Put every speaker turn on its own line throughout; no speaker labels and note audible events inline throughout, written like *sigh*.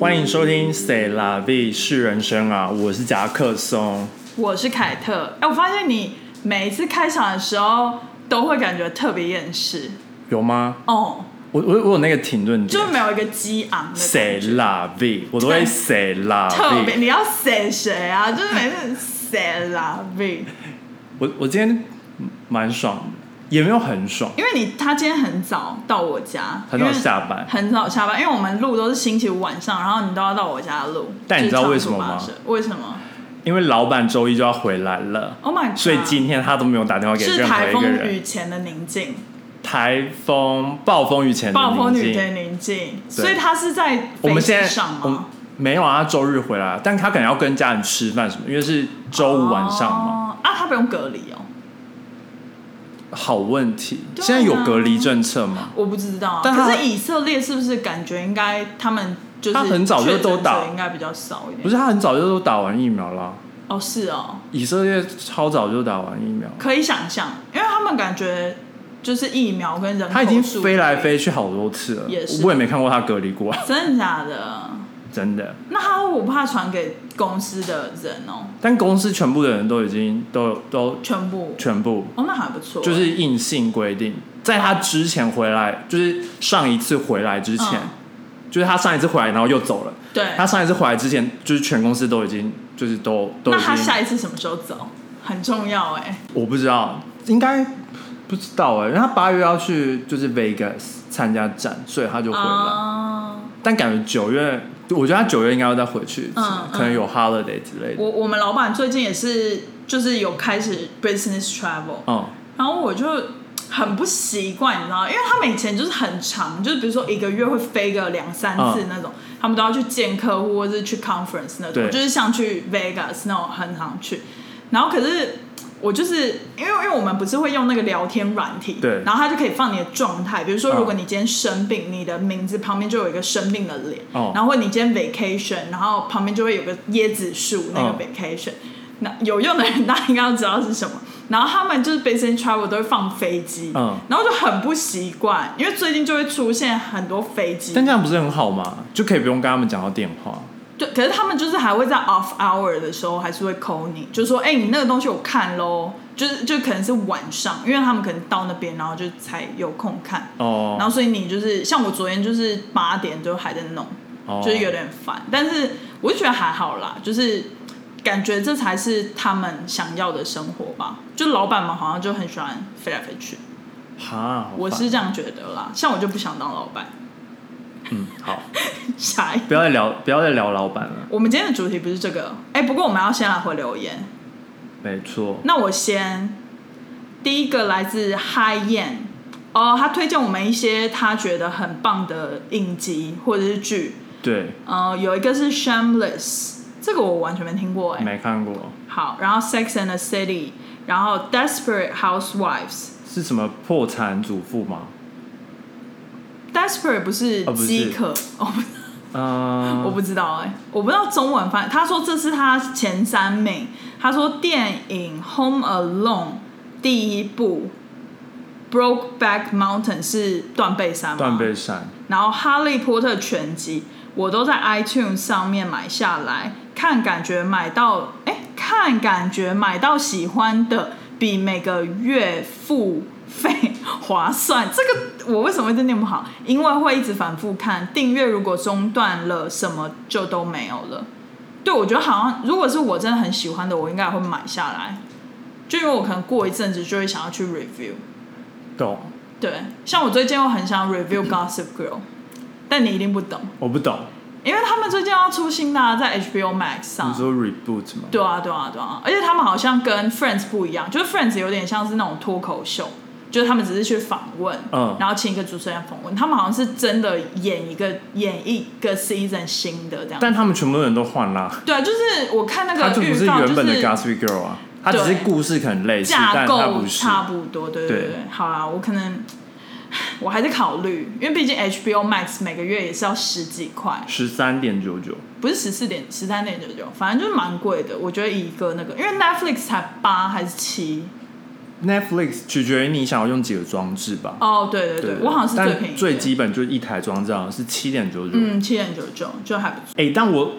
欢迎收听《Say La V 是人生》啊，我是夹克松。
我是凯特。哎、我发现你每一次开场的时候都会感觉特别厌世
有吗？
哦，
我我我有那个停顿点
就没有一个激昂的感
，Say
觉。
La V，我都会
对
Say La
特别，
V。
你要谁谁啊？就是每次 *laughs* 谁啦喂，
我我今天蛮爽的，也没有很爽，
因为你他今天很早到我家，
很早
因为
下班
很早下班，因为我们录都是星期五晚上，然后你都要到我家录。
但你知道为什么吗
就是长途跋涉为什么
因为老板周一就要回来了，
？Oh my god！
所以今天他都没有打电话给
是
任何
台
一个
风
人。
雨前的宁静，
台风暴风雨前的
暴风
宁
雨
静
前，的宁静，所以他是在
我们现
飞机
在
上吗？
我们没有啊，他周日回来，但他可能要跟家人吃饭什么，因为是周五晚上嘛。
哦、啊，他不用隔离哦，
好问题，
对啊
现在有隔离政策吗？
我不知道啊。
但他
可是以色列是不是感觉应该他们就是
他很早就都打
确诊者应该比较少一点。
不是，他很早就都打完疫苗啦。
哦，是哦，
以色列超早就打完疫苗，
可以想象，因为他们感觉就是疫苗跟人口
他已经
数
飞来，飞去好多次了
也，是
我也没看过他隔离过， *laughs*
真的假的？
真的。
那他我怕传给公司的人哦，
但公司全部的人都已经都都
全部
全部
哦，那还不错，
就是硬性规定，在他之前回来，就是上一次回来之前，
嗯
就是他上一次回来然后又走了，
对。
他上一次回来之前，就是全公司都已经就是都都已
那他
经
下一次什么时候走很重要哎、
我不知道，应该不知道哎、因为他八月要去就是 Vegas 参加展，所以他就回来。
啊、
但感觉九月，我觉得他九月应该要再回去一次，
嗯嗯
可能有 holiday 之类的。
我我们老板最近也是，就是有开始 business travel，
嗯，
然后我就很不习惯，你知道吗，因为他们以前就是很长，就是比如说一个月会飞个两三次
嗯
那种，他们都要去见客户或者是去 conference 那
对
种，就是像去 Vegas 那种很常去。然后可是我就是因为因为我们不是会用那个聊天软体，
对
然后它就可以放你的状态，比如说
嗯
如果你今天生病，你的名字旁边就有一个生病的脸，
哦
然后或者你今天 vacation，然后旁边就会有个椰子树那
嗯
个 vacation。那有用的人，大家应该都知道是什么。然后他们就是 business travel 都会放飞机，
嗯
然后就很不习惯，因为最近就会出现很多飞机
但，这样不是很好吗？就可以不用跟他们讲到电话。
对，可是他们就是还会在 off hour 的时候还是会 call 你，就说，哎、你那个东西我看喽，就是就可能是晚上，因为他们可能到那边，然后就才有空看，然
哦，
后所以你就是像我昨天就是八点就还在弄，
哦
就是有点烦，但是我就觉得还好啦，就是感觉这才是他们想要的生活吧。就老板们好像就很喜欢飞来飞去，
哈，好烦
我是这样觉得啦。像我就不想当老板。 *laughs*
嗯，好，
下一个，
不要再聊，不要再聊老板了。
我们今天的主题不是这个，哎、不过我们要先来回留言。
没错，
那我先，第一个来自 Hi Yan，哦，他推荐我们一些他觉得很棒的影集或者是剧，
对，
呃，有一个是 Shameless，这个我完全没听过哎、
没看过，
好，然后 Sex and the City，然后 Desperate Housewives。
是什么破产主妇吗？
Desperate 不是
哦不是
饥渴，哦不
嗯、
我不知道哎、我不知道中文翻。他说这是他前三名，他说电影《Home Alone》第一部，《Brokeback Mountain》是断背山吗，
断背山，
然后《哈利波特》全集我都在 iTunes 上面买下来，看感觉买到，哎，看感觉买到喜欢的比每个月付费划算。这个我为什么会念不好？因为会一直反复看，订阅如果中断了，什么就都没有了。对，我觉得好像如果是我真的很喜欢的，我应该也会买下来，就因为我可能过一阵子就会想要去 review。
懂？
对，像我最近又很想 review Gossip Girl，但你一定不懂，
我不懂，
因为他们最近要出新的、啊、在 HBO Max
你
上。
说 reboot 吗？
对啊，对啊，对啊，而且他们好像跟 Friends 不一样，就是 Friends 有点像是那种脱口秀，就是他们只是去访问，
嗯
然后请一个主持人访问，他们好像是真的演一个演一个 season 新的这样。
但他们全部人都换啦。
*laughs* 对啊，就是我看那
它就不
个预
是
告，
原本的
是
Gossip Girl 啊，它只是
对
故事很类似，但
架
它
构
不是。
差不多，对对
对
对。好啦，我可能我还在考虑，因为毕竟 HBO Max 每个月也是要十几块，
十三点九九，
不是十四点十三点九九，反正就是蛮贵的。我觉得以一个那个，因为 Netflix 才八还是七，
Netflix 取决于你想要用几个装置吧。
哦，对对对，我好像是最
但
便宜的，
最基本就是一台装置好像是七点九九。
嗯，七点九九就还不错。
哎、但我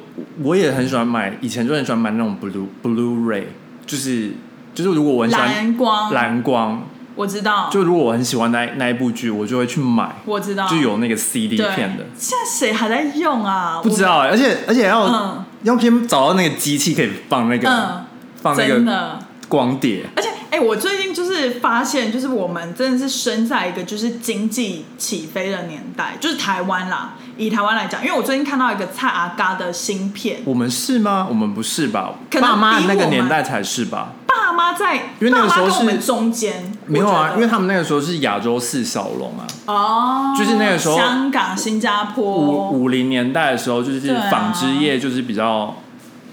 我也很喜欢买，以前就很喜欢买那种 blue Blu-ray，就是就是如果我很喜欢
蓝光，
蓝光，
我知道，
就如果我很喜欢那那一部剧，我就会去买，
我知道，
就有那个 CD
对
片的。
现在谁还在用啊？
不知道、欸，而且而且要、
我，嗯
要先找到那个机器可以放那个、
嗯，
放那
真
个
的。
光碟，
而且，哎、我最近就是发现，就是我们真的是生在一个就是经济起飞的年代，就是台湾啦。以台湾来讲，因为我最近看到一个蔡阿嘎的新片，
我们是吗？我们不是吧？
可能
爸妈
比
那个
我
年
们
代才是吧？
爸妈在，
因为那个
爸妈
时候
跟我
是
们中间，
没有
我觉
啊，
得
因为他们那个时候是亚洲四小龙啊，
哦，
就是那个时候
香港、新加坡
五五零年代的时候，就是
哦对啊
纺织业就是比较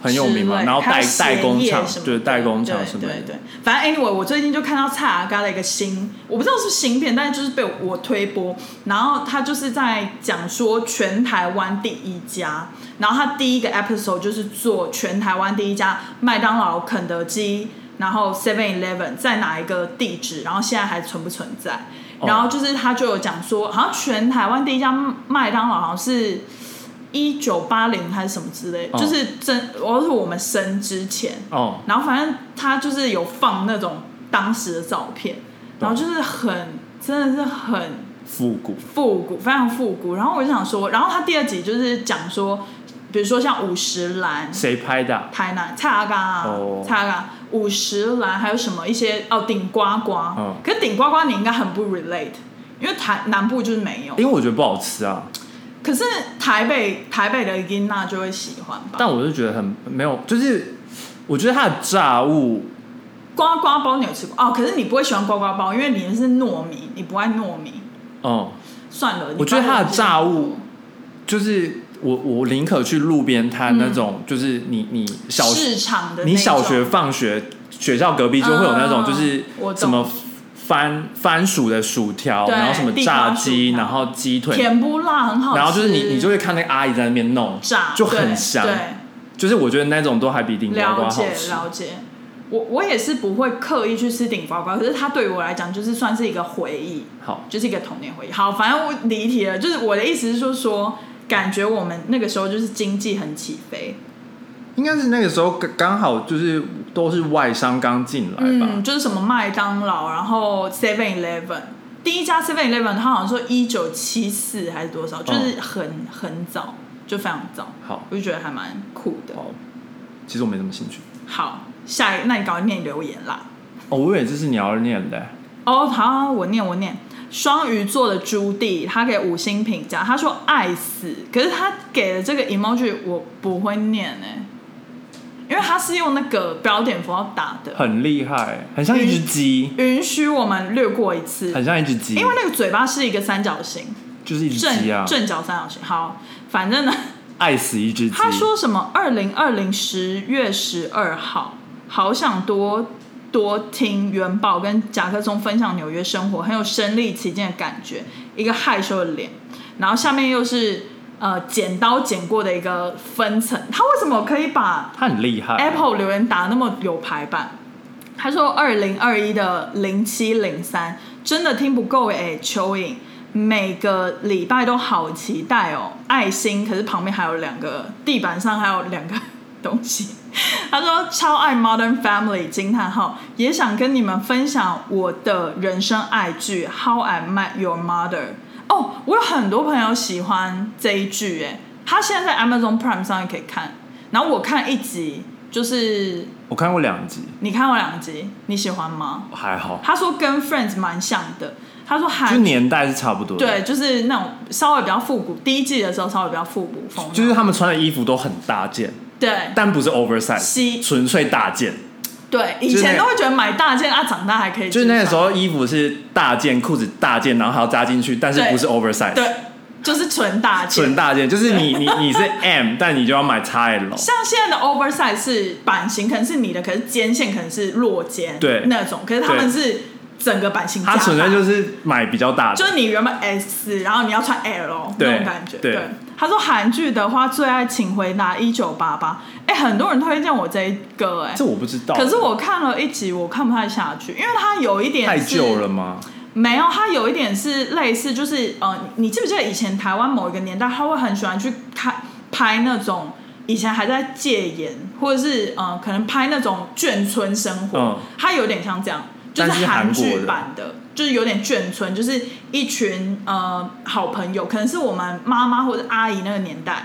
很有名
之
嘛，
类
然后
还
代
有鞋
代工
业
厂
什么的
就是代工厂什么
对对
的，
对，反正 anyway，我最近就看到蔡阿嘎的一个新，我不知道是不是新片，但是就是被我推播，然后他就是在讲说全台湾第一家，然后他第一个 episode 就是做全台湾第一家麦当劳、肯德基，然后 Seven Eleven 在哪一个地址，然后现在还存不存在？
哦
然后就是他就有讲说，好像全台湾第一家麦当劳好像是一九八零还是什么之类，
哦
就是真，我是我们生之前，
哦，
然后反正他就是有放那种当时的
哦
照片，然后就是很真的是很
复古，
复古，非常复古。然后我就想说，然后他第二集就是讲说，比如说像五十岚、
谁拍的啊？
台南蔡阿嘎啊
哦，
蔡阿嘎五十岚，还有什么一些哦顶呱呱，
嗯
可是顶呱呱你应该很不 relate，因为台南部就是没有，
因为我觉得不好吃啊，
可是台北台北的音娜就会喜欢吧。
但我就觉得很没有，就是我觉得它的炸物
呱呱包你有吃过哦？可是你不会喜欢呱呱包，因为你是糯米，你不爱糯米。
哦、
算了，你
我觉得
帮我
它的
记
炸物就是我我宁可去路边摊那种，就是你你小
市场嗯的那种，
你小学放学，学校隔壁就会有那种
嗯
就是
我懂
什么番番薯的薯条，
对
然后什么
地瓜
炸鸡，
薯条
然后鸡腿，
甜不辣很好吃，
然后就是你你就会看那个阿姨在那边弄
炸
就很
对
香。
对，
就是我觉得那种都还比顶呱呱好
了解
吃。
了解。我我也是不会刻意去吃顶呱呱，可是它对于我来讲就是算是一个回忆，
好，
就是一个童年回忆。好，反正我离题了，就是我的意思是说说，感觉我们那个时候就是经济很起飞，
应该是那个时候刚刚好就是都是外商刚进来吧。
嗯，就是什么麦当劳，然后 Seven Eleven，第一家 Seven Eleven 它好像说一九七四还是多少，就是很、很早，就非常早，
嗯好，
我就觉得还蛮酷的。
好，哦其实我没什么兴趣。
好，下一，那你赶快念留言啦。
哦，我以为这是你要念的、欸
哦，好，我念我念。双鱼座的朱棣，他给五星评价，他说爱死，可是他给的这个 emoji 我不会念哎、因为他是用那个标点符号打的，
很厉害、很像一只鸡，
允许我们略过一次，
很像一只鸡，
嗯因为那个嘴巴是一个三角形，
就是一只
正
鸡啊，
正角三角形。好，反正呢，
爱死一只鸡。
他说什么？二零二零十月十二号，好想多多听元宝跟甲克松分享纽约生活，很有身临其境的感觉，一个害羞的脸。然后下面又是呃剪刀剪过的一个分层，他为什么可以把
他很厉害
Apple 留言打那么有排版。他说二零二一的零七零三真的听不够哎、蚯蚓每个礼拜都好期待哦，爱心，可是旁边还有两个，地板上还有两个东西。 *laughs* 他说超爱 Modern Family 惊叹号，也想跟你们分享我的人生爱剧 How I Met Your Mother。哦，我有很多朋友喜欢这一剧，哎，他现在在 Amazon Prime 上也可以看。然后我看一集，就是
我看过两集，
你看过两集，你喜欢吗？
还好，
他说跟 Friends 蛮像的，他说
就
韩
年代是差不多的。，
啊对，就是那种稍微比较复古，第一季的时候稍微比较复古风嘛，
就是他们穿的衣服都很大件，
对
但不是 oversize，
西
纯粹大件。
对，以
就是那
前都会觉得买大件啊，长大还可以，
就是那个时，候衣服是大件，裤子大件，然后还要扎进去，但是
对
不是 oversize，
对，就是纯大件，
纯大件。就是你你你是 M，但你就要买 XL。
像现在的 oversize 是版型可能是你的，可是肩线可能是落肩，
对
那种，可是他们
对
是整个版型加
他
大，
纯粹就是买比较大的
就，是你原本 S，然后你要穿 L
对
那种感觉。
对
他说韩剧的话最爱《请回答一九八八》，哎，很多人推荐我这一个、哎
这，我不知道。
可是我看了一集，我看不太下去，因为它有一点
太
是
旧了吗？
没有，它有一点是类似，就是呃，你记不记得以前台湾某一个年代，他会很喜欢去看拍那种以前还在戒严，或者是呃，可能拍那种眷村生活，
嗯
它有点像这样，就
但是韩
韩
国的
剧版的。就是有点眷村，就是一群呃好朋友，可能是我们妈妈或者阿姨那个年代，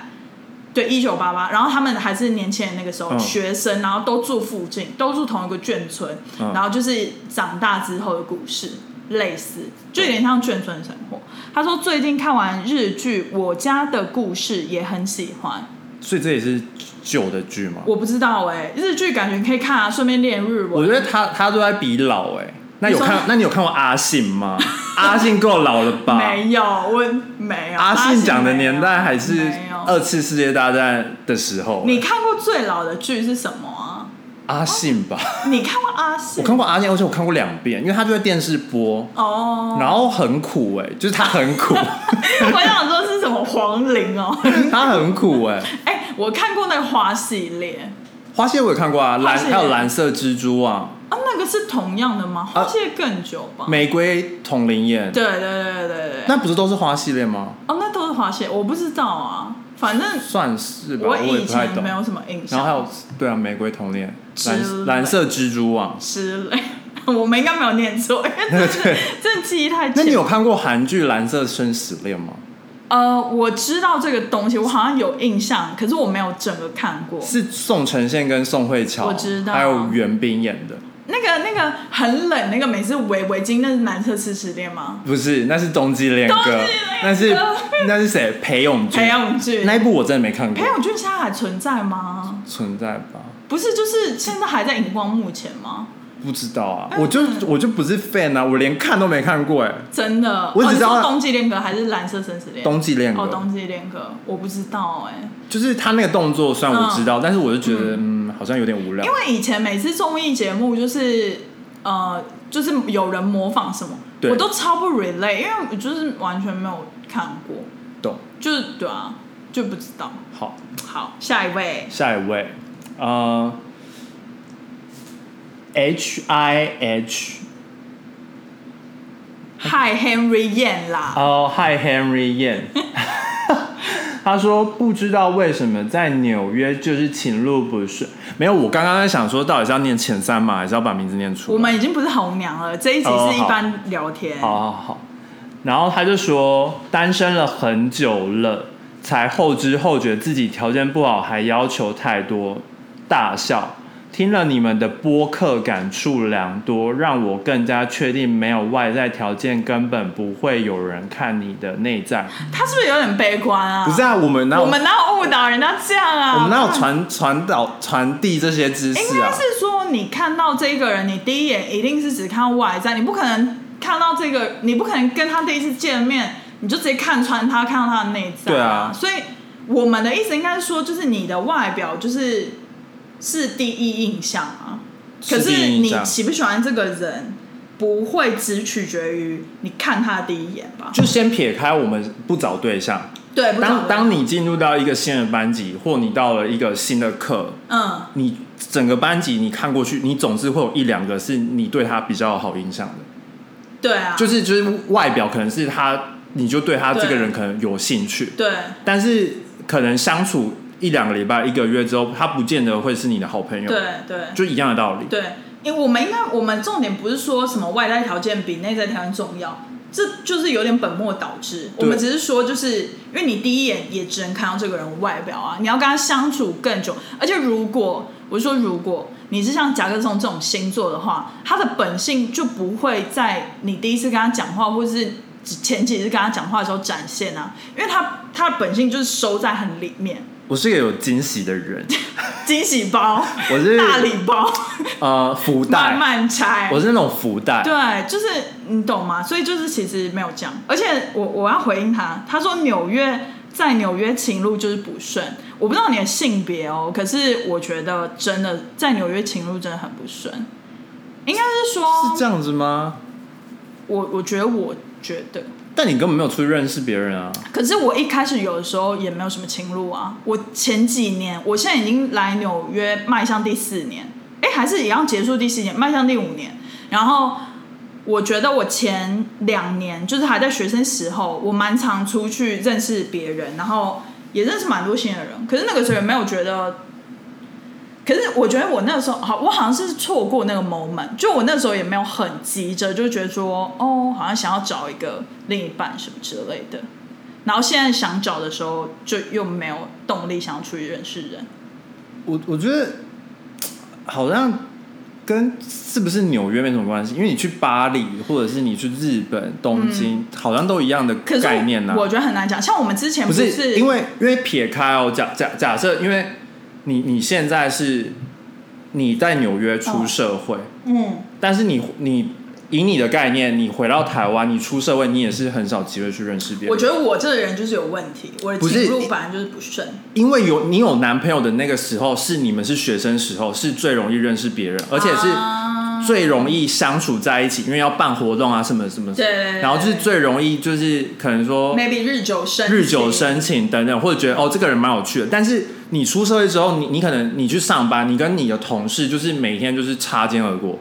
对，一九八八，然后他们还是年轻人那个时候，
嗯
学生，然后都住附近，都住同一个眷村，
嗯
然后就是长大之后的故事，类似，
嗯
就有点像眷村生活。他说最近看完日剧《我家的故事》也很喜欢，
所以这也是旧的剧吗？
我不知道哎、日剧感觉可以看啊，顺便练日文。
我觉得他他都在比老哎、那
你
有
说
看？那你有看过阿信吗？
*laughs*
阿信够老了吧？
没有，我没有。
阿信讲的
没有
年代还是
没有
二次世界大战的时候欸、
你看过最老的剧是什么啊？
阿信吧？
你看过阿信？
我看过阿信，而且我看过两遍，因为他就在电视播，
哦，
然后很苦哎、就是他很
*laughs*
苦，
我想说是什么黄龄哦。 *laughs*
他很苦哎、
哎、我看过那个花系列
花蟹我也看过啊，蓝
花蟹
还有蓝色蜘蛛啊，
啊，那个是同样的吗？
啊
花系列更久吧？
玫瑰同林演，
对对对对对对。
那不是都是花系列吗？
哦，那都是花系列，我不知道啊。反正
算是吧，
我
我也
以
不太
前
懂
没。有什么印
然后还
象
有对啊，玫瑰同恋，
之类
蓝蓝色蜘蛛网。
之类。 *laughs* 我们应该没有念错，因为真的
*laughs*
真的记忆太
那你
浅。
有看过韩剧《蓝色生死恋》吗？
呃，我知道这个东西，我好像有印象，可是我没有整个看过。
是宋承宪跟宋慧乔，
我知道
还有袁冰演的，
那个那个很冷，那个每次围围巾，那是蓝色痴痴恋吗？
不是，那是冬季恋歌，
冬季恋歌
那是那是谁？裴勇俊，
裴勇俊，
那一部我真的没看过
裴，勇俊现在还存在吗？
存在吧？
不是，就是现在还在荧光幕前吗？
不知道啊，
嗯
我就我就不是 fan 啊，我连看都没看过哎，
真的，
我只知道
哦你说冬季恋歌还是蓝色生死恋？
冬季恋歌
哦，冬季恋歌，我不知道哎、
就是他那个动作虽然我知道，但是我就觉得嗯，好像有点无聊
因。为以前每次综艺节目就是呃，就是有人模仿什么，
对
我都超不 relate，因为我就是完全没有看过，
懂，
就是对啊，就不知道。
好，
好，下一位，
下一位，呃，H I H，
嗨 Henry Yan 啦，
哦、h i Henry Yan，他说不知道为什么在纽约就是情路不顺，没有，我刚刚在想说到底是要念前三嘛，还是要把名字念出来？
我们已经不是红娘了，这一集
哦
是一般聊天。
好好好，然后他就说单身了很久了，才后知后觉自己条件不好，还要求太多，大笑。听了你们的播客，感触良多，让我更加确定没有外在条件，根本不会有人看你的内在。
他是不是有点悲观啊？
不是啊，我们哪有
我们哪有误导人家这样啊？
我们哪有传传导传递这些知
应
识啊
该？哎是说，你看到这个人，你第一眼一定是只看外在，你不可能看到这个，你不可能跟他第一次见面，你就直接看穿他，看到他的内在、
对啊
所以我们的意思应该是说，就是你的外表就是是第一印象啊。可
是第
是
一印
你
象
喜不喜欢这个人，不会只取决于你看他的第一眼吧？
就先撇开我们不找对象，
对，不
当
当
当你进入到一个新的班级，或你到了一个新的课，
嗯，
你整个班级你看过去，你总是会有一两个是你对他比较有好印象的，
对啊，
就是就是外表可能是他，你就对他这个
对
人可能有兴趣，
对
但是可能相处一两个礼拜、一个月之后，他不见得会是你的好朋友，
对对。
就一样的道理。
对，因为我们应该，我们重点不是说什么外在条件比内在条件重要，这就是有点本末倒置。我们只是说，就是因为你第一眼也只能看到这个人的外表啊，你要跟他相处更久。而且如果我是说如果你是像甲壳虫这种星座的话，他的本性就不会在你第一次跟他讲话，或是前几次跟他讲话的时候展现啊，因为他他的本性就是收在很里面，
我是一个有惊喜的人，
惊喜包、
我是
大礼包、
呃福
慢
袋，
慢拆，
我是那种福袋，
对，就是你懂吗？所以就是其实没有这样，而且我我要回应他，他说纽约在纽约情路就是不顺，我不知道你的性别哦，可是我觉得真的在纽约情路真的很不顺，应该是说
是这样子吗？
我我觉得我觉得，
但你根本没有出去认识别人啊。
可是我一开始有的时候也没有什么情路啊。我前几年，我现在已经来纽约迈向第四年，哎，还是也要结束第四年，迈向第五年。然后我觉得我前两年就是还在学生时候，我蛮常出去认识别人，然后也认识蛮多新的人。可是那个时候也没有觉得。可是我觉得我那个时候好，我好像是错过那个 moment，就我那时候也没有很急着，就觉得说哦，好像想要找一个另一半什么之类的。然后现在想找的时候，就又没有动力想要出去认识人。
我我觉得好像跟是不是纽约没什么关系，因为你去巴黎或者是你去日本、东京，好像都一样的
可是
概念呐、啊
我觉得很难讲。像我们之前
不
是
是因为因为撇开哦，假假假设，因为你你现在是你在纽约
哦
出社会，
嗯，
但是你你以你的概念，你回到台湾，你出社会，你也是很少机会去认识别人。
我觉得我这个人就是有问题，我的
不是
情路本来就是不顺。
因为有你有男朋友的那个时候，是你们是学生时候，是最容易认识别人，而且是
啊
最容易相处在一起，因为要办活动啊什么什么，
对对对对
然后就是最容易就是可能说
maybe 日久生情
日久生情等等，或者觉得哦这个人蛮有趣的。但是你出社会之后，你你可能你去上班，你跟你的同事就是每天就是擦肩而过，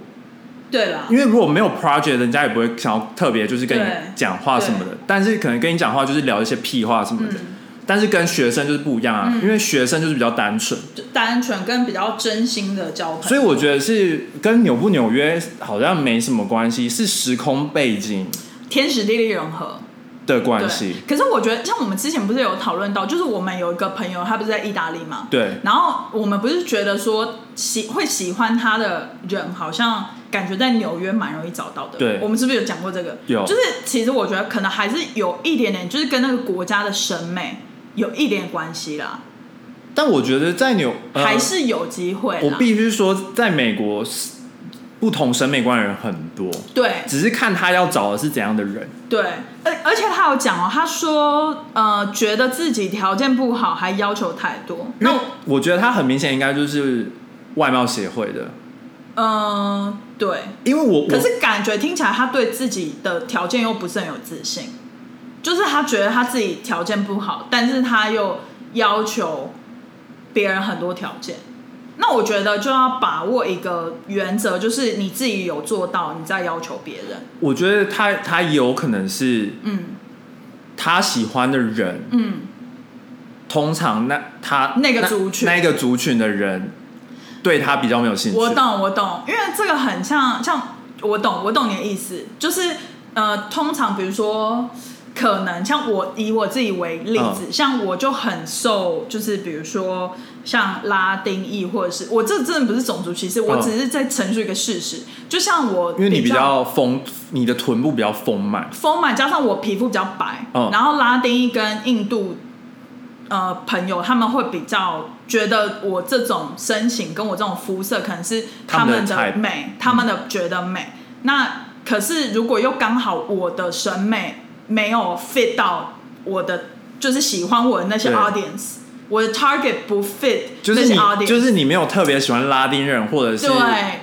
对啦，
因为如果没有 project，人家也不会想要特别就是跟你
对
讲话什么的。但是可能跟你讲话就是聊一些屁话什么的。
嗯
但是跟学生就是不一样啊，因为学生就是比较单纯，
就单纯跟比较真心的交朋友，
所以我觉得是跟纽不纽约好像没什么关系，是时空背景
天时地利人和。
的关
对
系。，
可是我觉得，像我们之前不是有讨论到，就是我们有一个朋友，他不是在意大利嘛，
对，
然后我们不是觉得说喜会喜欢他的人，好像感觉在纽约蛮容易找到的。
对
我们是不是有讲过这个？
有
就是其实我觉得可能还是有一点点，就是跟那个国家的审美有一点关系啦，
但我觉得在纽、呃、
还是有机会
我
啦。
必须说，在美国，不同审美观的人很多，
对
只是看他要找的是怎样的人。
对，而而且他有讲哦，他说呃，觉得自己条件不好，还要求太多。
那
那
我觉得他很明显应该就是外貌协会的，
嗯、呃对，
因为我我
可是感觉听起来他对自己的条件又不是很有自信，就是他觉得他自己条件不好，但是他又要求别人很多条件。那我觉得就要把握一个原则，就是你自己有做到，你再要求别人。
我觉得他他有可能是
嗯
他喜欢的人，
嗯，
通常那他
那个族群
那那一个族群的人对他比较没有兴趣。
我懂我懂，因为这个很像像我懂我懂你的意思，就是呃，通常比如说。可能像我以我自己为例子，
嗯
像我就很受，就是比如说像拉丁裔，或者是我这真的不是种族歧视，我
嗯
只是在陈述一个事实。就像我，
因为你比较丰，你的臀部比较丰满，
丰满，加上我皮肤比较白，
嗯
然后拉丁裔跟印度呃朋友他们会比较觉得我这种身形跟我这种肤色可能是他们
他们
的
的 type 嗯
美，他们的觉得美。那可是如果又刚好我的审美没有 fit 到我的，就是喜欢我的那些
对
audience，我的 target 不 fit
就
那
是
些
你
audience，
就是你没有特别喜欢拉丁人或者是
对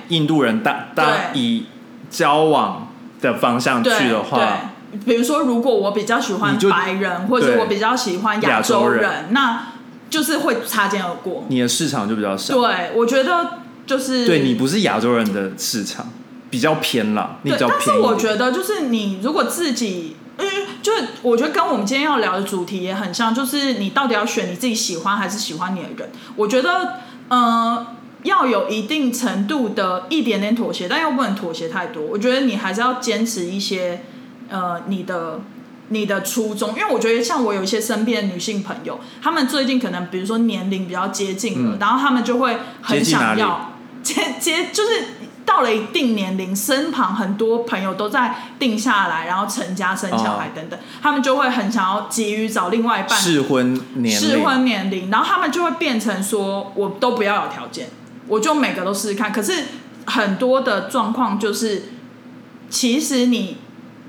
印度人，但但
对
以交往的方向
对
去的话，
对，比如说，如果我比较喜欢
你就
白人，或者是
对
我比较喜欢亚
亚洲
人，
人
那就是会擦肩而过。
你的市场就比较少。
对，我觉得就是
对你不是亚洲人的市场，比较偏啦，你
对
比较
但是
偏一
我
点。
觉得就是你如果自己。嗯，就是我觉得跟我们今天要聊的主题也很像，就是你到底要选你自己喜欢还是喜欢你的人。我觉得，呃，要有一定程度的一点点妥协，但又不能妥协太多。我觉得你还是要坚持一些，呃，你的你的初衷，因为我觉得像我有一些身边的女性朋友，她们最近可能比如说年龄比较接近
嗯
了，然后她们就会很
接近哪
想
里
要接接就是到了一定年龄，身旁很多朋友都在定下来，然后成家生小孩
哦
等等，他们就会很想要急于找另外一半
适婚年
适
龄，
婚年龄，然后他们就会变成说，我都不要有条件，我就每个都试试看。可是很多的状况就是，其实你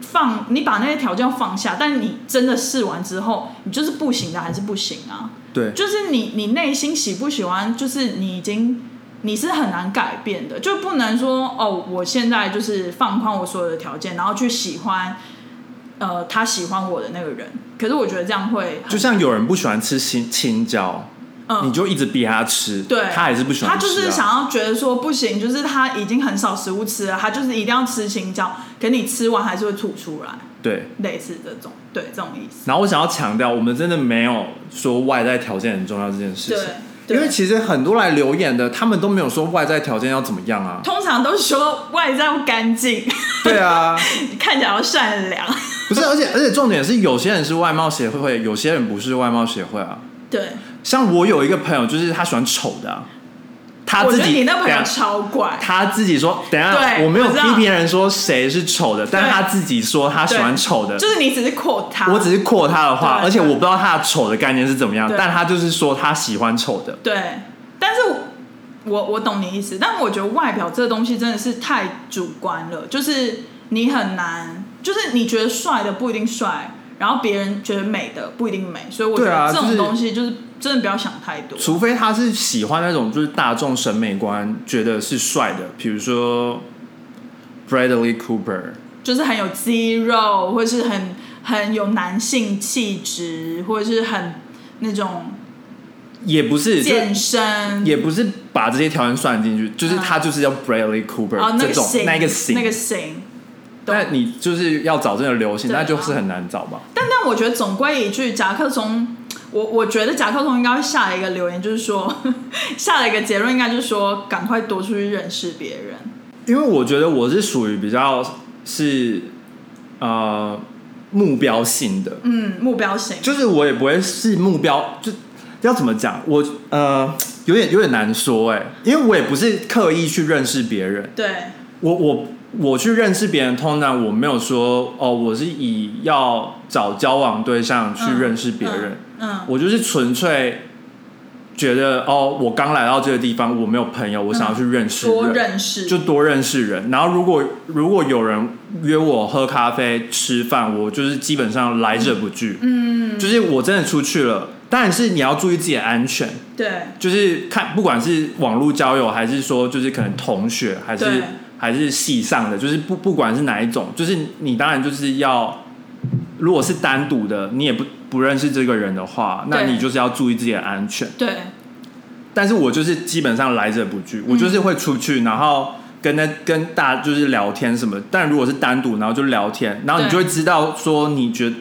放你把那些条件放下，但你真的试完之后，你就是不行的，还是不行啊？
对，
就是你你内心喜不喜欢，就是你已经你是很难改变的，就不能说哦，我现在就是放宽我所有的条件，然后去喜欢，呃，他喜欢我的那个人。可是我觉得这样会很，
就像有人不喜欢吃青青椒，你
嗯，
就一直逼他吃，
对
他还是不喜欢吃、啊，
他就是想要觉得说不行，就是他已经很少食物吃了，他就是一定要吃青椒，可你吃完还是会吐出来，
对。
类似这种，对这种意思。
然后我想要强调，我们真的没有说外在条件很重要这件事
对
情，，
对，
因为其实很多来留言的，他们都没有说外在条件要怎么样啊
*laughs* 通常都是说外在要干净， *laughs*
对啊，
看起来要善良，
不是，而且而且重点是，有些人是外貌协会，有些人不是外貌协会啊。
对。
像我有一个朋友，就是他喜欢丑的啊、他
我
自
觉得
己啊
你那朋
等
友
一下
超怪，
他自己说，等一下
对
我没有
我知
批
道
评人说谁是丑的，但
对
他自己说他喜欢
对
丑的
就。是你只是扩他，
我只是扩他的话，
对
而且我不知道他的丑的概念是怎么样，
对
但他就是说他喜欢丑的。
对，但是我我我懂你意思，但我觉得外表这个东西真的是太主观了，就是你很难，就是你觉得帅的不一定帅，然后别人觉得美的不一定美，所以我觉
对啊
得这
就
种
是
东西就是真的不要想太多。
除非他是喜欢那种就是大众审美观觉得是帅的，比如说 Bradley Cooper，
就是很有肌肉，或是很很有男性气质，或者是很那种
也不是就
健身，
也不是把这些条件算进去，就是
嗯
他就是要 Bradley Cooper、
哦那
这
个
种
型，
那个型，
那个型。懂
但你就是要找真的流行，
对啊嗯
那就是很难找吧？
但但我觉得总归一句，夹克松，我我觉得夹克松应该会下了一个留言，就是说 *laughs* 下了一个结论，应该就是说赶快多出去认识别人。
因为我觉得我是属于比较是呃目标性的，
嗯，目标型，
就是我也不会是目标，就要怎么讲？我呃有点有点难说哎、因为我也不是刻意去认识别人，
对
我我我去认识别人，通常我没有说哦，我是以要找交往对象去认识别人，
嗯，嗯，
我就是纯粹觉得哦，我刚来到这个地方，我没有朋友，我想要去认识
多
人，
认识，
就多认识人。然后如果如果有人约我喝咖啡、吃饭，我就是基本上来者不拒，
嗯，
就是我真的出去了，但是你要注意自己的安全。
对
就是看，不管是网络交友，还是说就是可能同学，还是
对
还是系上的，就是不不管是哪一种，就是你当然就是要，如果是单独的，你也不不认识这个人的话，那
对
你就是要注意自己的安全。
对
但是我就是基本上来者不
嗯
拒，我就是会出去，然后跟那跟大家就是聊天什么。但如果是单独，然后就聊天，然后你
对
就会知道说你觉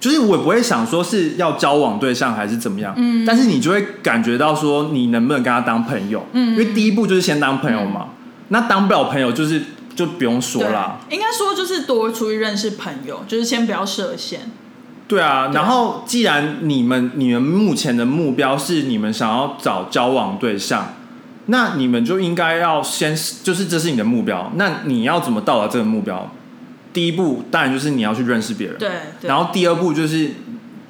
就是我也不会想说是要交往对象还是怎么样，
嗯
但是你就会感觉到说你能不能跟他当朋友，
嗯
因为第一步就是先当朋友嘛。那当不了朋友就是就不用说
对
啦，，
应该说就是多出去认识朋友，就是先不要设限。
对啊。
对
然后既然你们你们目前的目标是你们想要找交往对象，那你们就应该要先就是这是你的目标，那你要怎么到达这个目标？第一步当然就是你要去认识别人，
对，对
然后第二步就是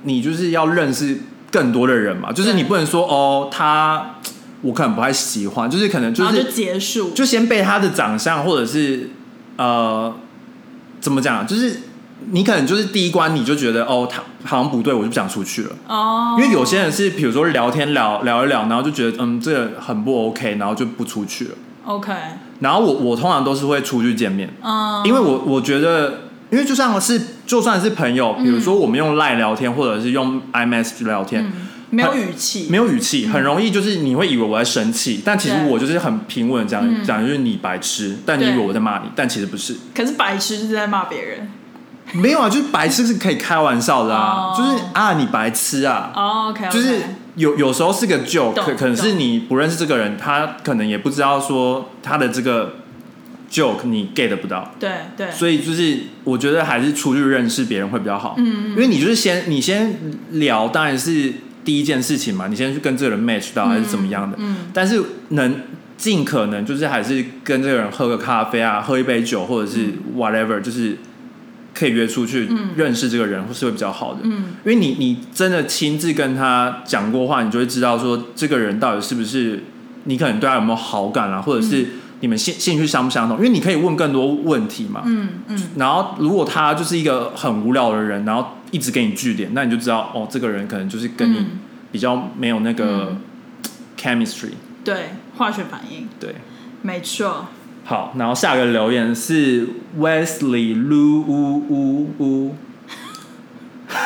你就是要认识更多的人嘛，就是你不能说哦，他我可能不太喜欢，就是可能就
然后
是
就结束，
就先被他的长相或者是呃怎么讲，就是你可能就是第一关你就觉得哦，他好像不对，我就不想出去了。
哦，
因为有些人是，比如说聊天聊聊一聊，然后就觉得嗯，这个很不 OK，然后就不出去了。
OK，
然后我我通常都是会出去见面，
嗯，
因为我我觉得，因为就算是就算是朋友，比如说我们用 Line 聊天，或者是用 iMessage 聊天，
嗯没有语气，
没有语气，很容易就是你会以为我在生气，但其实
嗯对嗯
我就是很平稳地讲讲，就是你白痴，但你以
对
为我在骂你，但其实不是，
可是白痴就是在骂别人。
没有啊，就是白痴是可以开玩笑的啊，
哦
就是啊你白痴啊，
哦 OK，
就是有有时候是个 joke，
懂
可可能是
懂
你不认识这个人，他可能也不知道说他的这个 joke 你 get 不到。
对对，
所以就是，我觉得还是出去认识别人会比较好。
嗯
因为你就是先你先聊，当然是第一件事情嘛，你先去跟这个人 match 到还是怎么样的。
嗯，
但是能尽可能就是还是跟这个人喝个咖啡啊，喝一杯酒，或者是 whatever，就是可以约出去
嗯
认识这个人，是会比较好的。
嗯，
因为你你真的亲自跟他讲过话，你就会知道说这个人到底是不是你可能对他有没有好感啊，或者
嗯
是你们兴兴趣相不相同？因为你可以问更多问题嘛。
嗯嗯，
然后如果他就是一个很无聊的人，然后一直给你据点，那你就知道哦，这个人可能就是跟你
嗯
比较没有那个
嗯
chemistry。
对，化学反应，
对，
没错。
好，然后下个留言是 Wesley Lu Wu Wu Wu，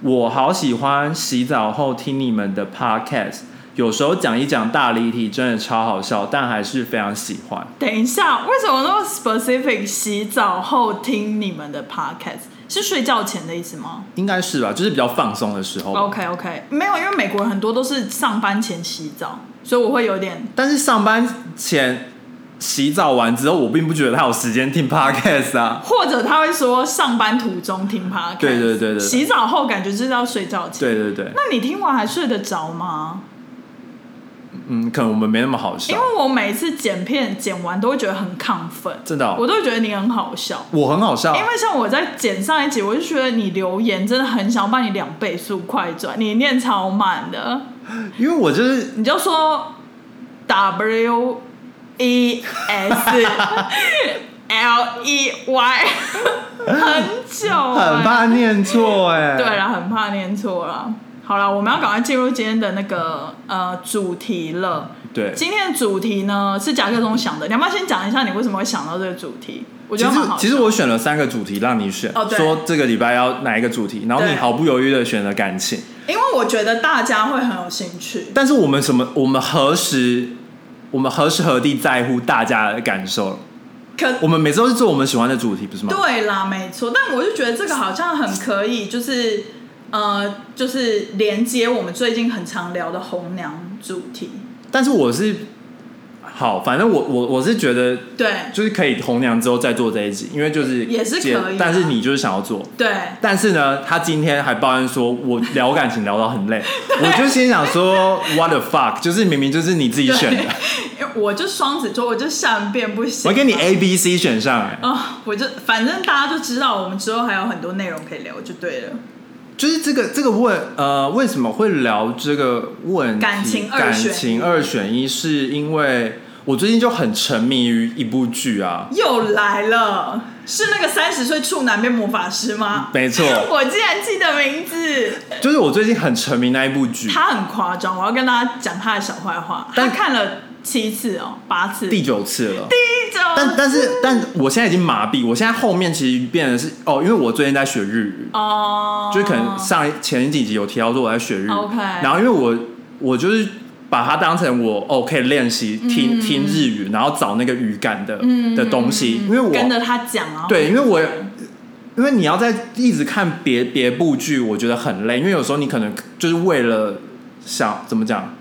我好喜欢洗澡后听你们的 podcast，有时候讲一讲大离题真的超好笑，但还是非常喜欢。
等一下，为什么那么 specific？洗澡后听你们的 podcast 是睡觉前的意思吗
应该是吧，就是比较放松的时候吧。
？OK OK，没有，因为美国人很多都是上班前洗澡，所以我会有点
但是上班前洗澡完之后，我并不觉得他有时间听 podcast 啊。
或者他会说上班途中听 podcast，
对对对对对
洗澡后感觉就是要睡觉前。
对对对，
那你听完还睡得着吗？
嗯，可能我们没那么好笑
因。为我每次剪片剪完都会觉得很亢奋，
真的哦
我都会觉得你很好笑。
我很好笑啊
因，为像我在剪上一集，我就觉得你留言真的很想把你两倍速快转，你念超慢的，
因为我就是
你就说 W E S L E Y，很久、欸，
很怕念
哦
错哎。
对啦，很怕念错啦。好了，我们要赶快进入今天的那个呃主题了。
对，
今天的主题呢是夹克中想的，你要不要先讲一下你为什么会想到这个主题？我
其
觉得
实
蛮好
其实我选了三个主题让你选，
哦对
说这个礼拜要哪一个主题，然后你
对
毫不犹豫的选了感情。
因为我觉得大家会很有兴趣。
但是我们什么？我们何时？我们何时何地在乎大家的感受？
可
我们每次都是做我们喜欢的主题，不是吗？
对啦，没错，但我就觉得这个好像很可以，就是呃，就是连接我们最近很常聊的红娘主题。
但是我是好，反正我我我是觉得
对
就是可以红娘之后再做这一集，因为就是
也是
结
可以啊
但是你就是想要做，
对，
但是呢，他今天还抱怨说我聊感情聊到很
*laughs*
累，我就心想说 what the fuck，就是明明就是你自己选的，
因为我就双子座，我就善变不
*laughs*
行。
我给你 A B C 选上、哎
啊、我就反正大家就知道，我们之后还有很多内容可以聊，就对了。
就是这个这个问呃，为什么会聊这个问题？
感情二选一
感情二选一是因为我最近就很沉迷于一部剧啊，
又来了，是那个三十岁处男变魔法师吗？
没错
*laughs* 我竟然记得名字，
就是我最近很沉迷那一部剧，
他很夸张，我要跟大家讲他的小坏话。他
但
看了七次哦，八次，
第九次了。
第九，
*laughs* 但但是但我现在已经麻痹，我现在后面其实变得是哦，因为我最近在学日语，
哦，
就是可能上一前几集有提到说我在学日语
OK
然后因为我我就是把它当成我哦可以练习
嗯
听、听日语，然后找那个语感的、的东西，因为我
嗯跟着他讲啊，
对，因为我因为你要在一直看别别部剧，我觉得很累，因为有时候你可能就是为了想怎么讲，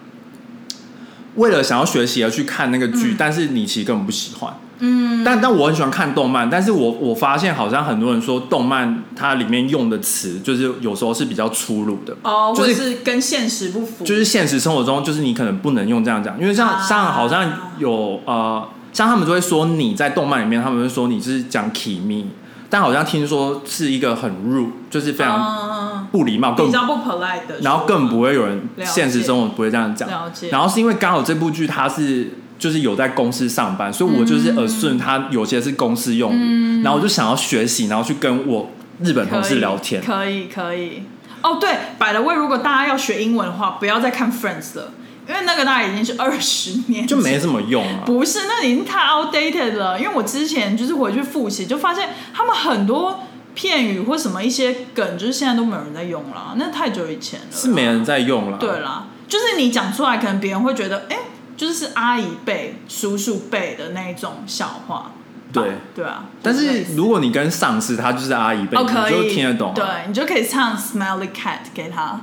为了想要学习而去看那个剧，
嗯
但是你其实根本不喜欢。嗯，但但我很喜欢看动漫，但是我我发现好像很多人说动漫它里面用的词，就是有时候是比较粗鲁的，
哦，
就
或
是
者是跟现实不符，
就是现实生活中，就是你可能不能用这样讲，因为像、
啊
像好像有呃，像他们就会说你在动漫里面，他们会说你是讲 kimi，但好像听说是一个很 rude，就是非常
嗯，
不礼貌，更
比较不 polite 的说法，
然后更不会有人
了解
现实生活不会这样讲
了解。
然后是因为刚好这部剧它是就是有在公司上班，所以我就是
嗯
耳顺它有些是公司用语，然后我就想要学习，然后去跟我日本同事聊天。
可以可以。哦，对，百了位，如果大家要学英文的话，不要再看 Friends 了，因为那个大概已经是二十年，
就没什么用啊，
不是，那已经太 outdated 了。因为我之前就是回去复习，就发现他们很多片语或什么一些梗，就是现在都没有人在用了，那太久以前了。
是没人在用了。
对啦，就是你讲出来，可能别人会觉得，哎、就是是阿姨辈、叔叔辈的那一种笑话。
对，
对啊，
但
就是类
是
似
如果你跟上司，他就是阿姨辈，
哦，
你
可
就
以，
听得懂。啊 *laughs*
对你就可以唱 Smelly Cat 给他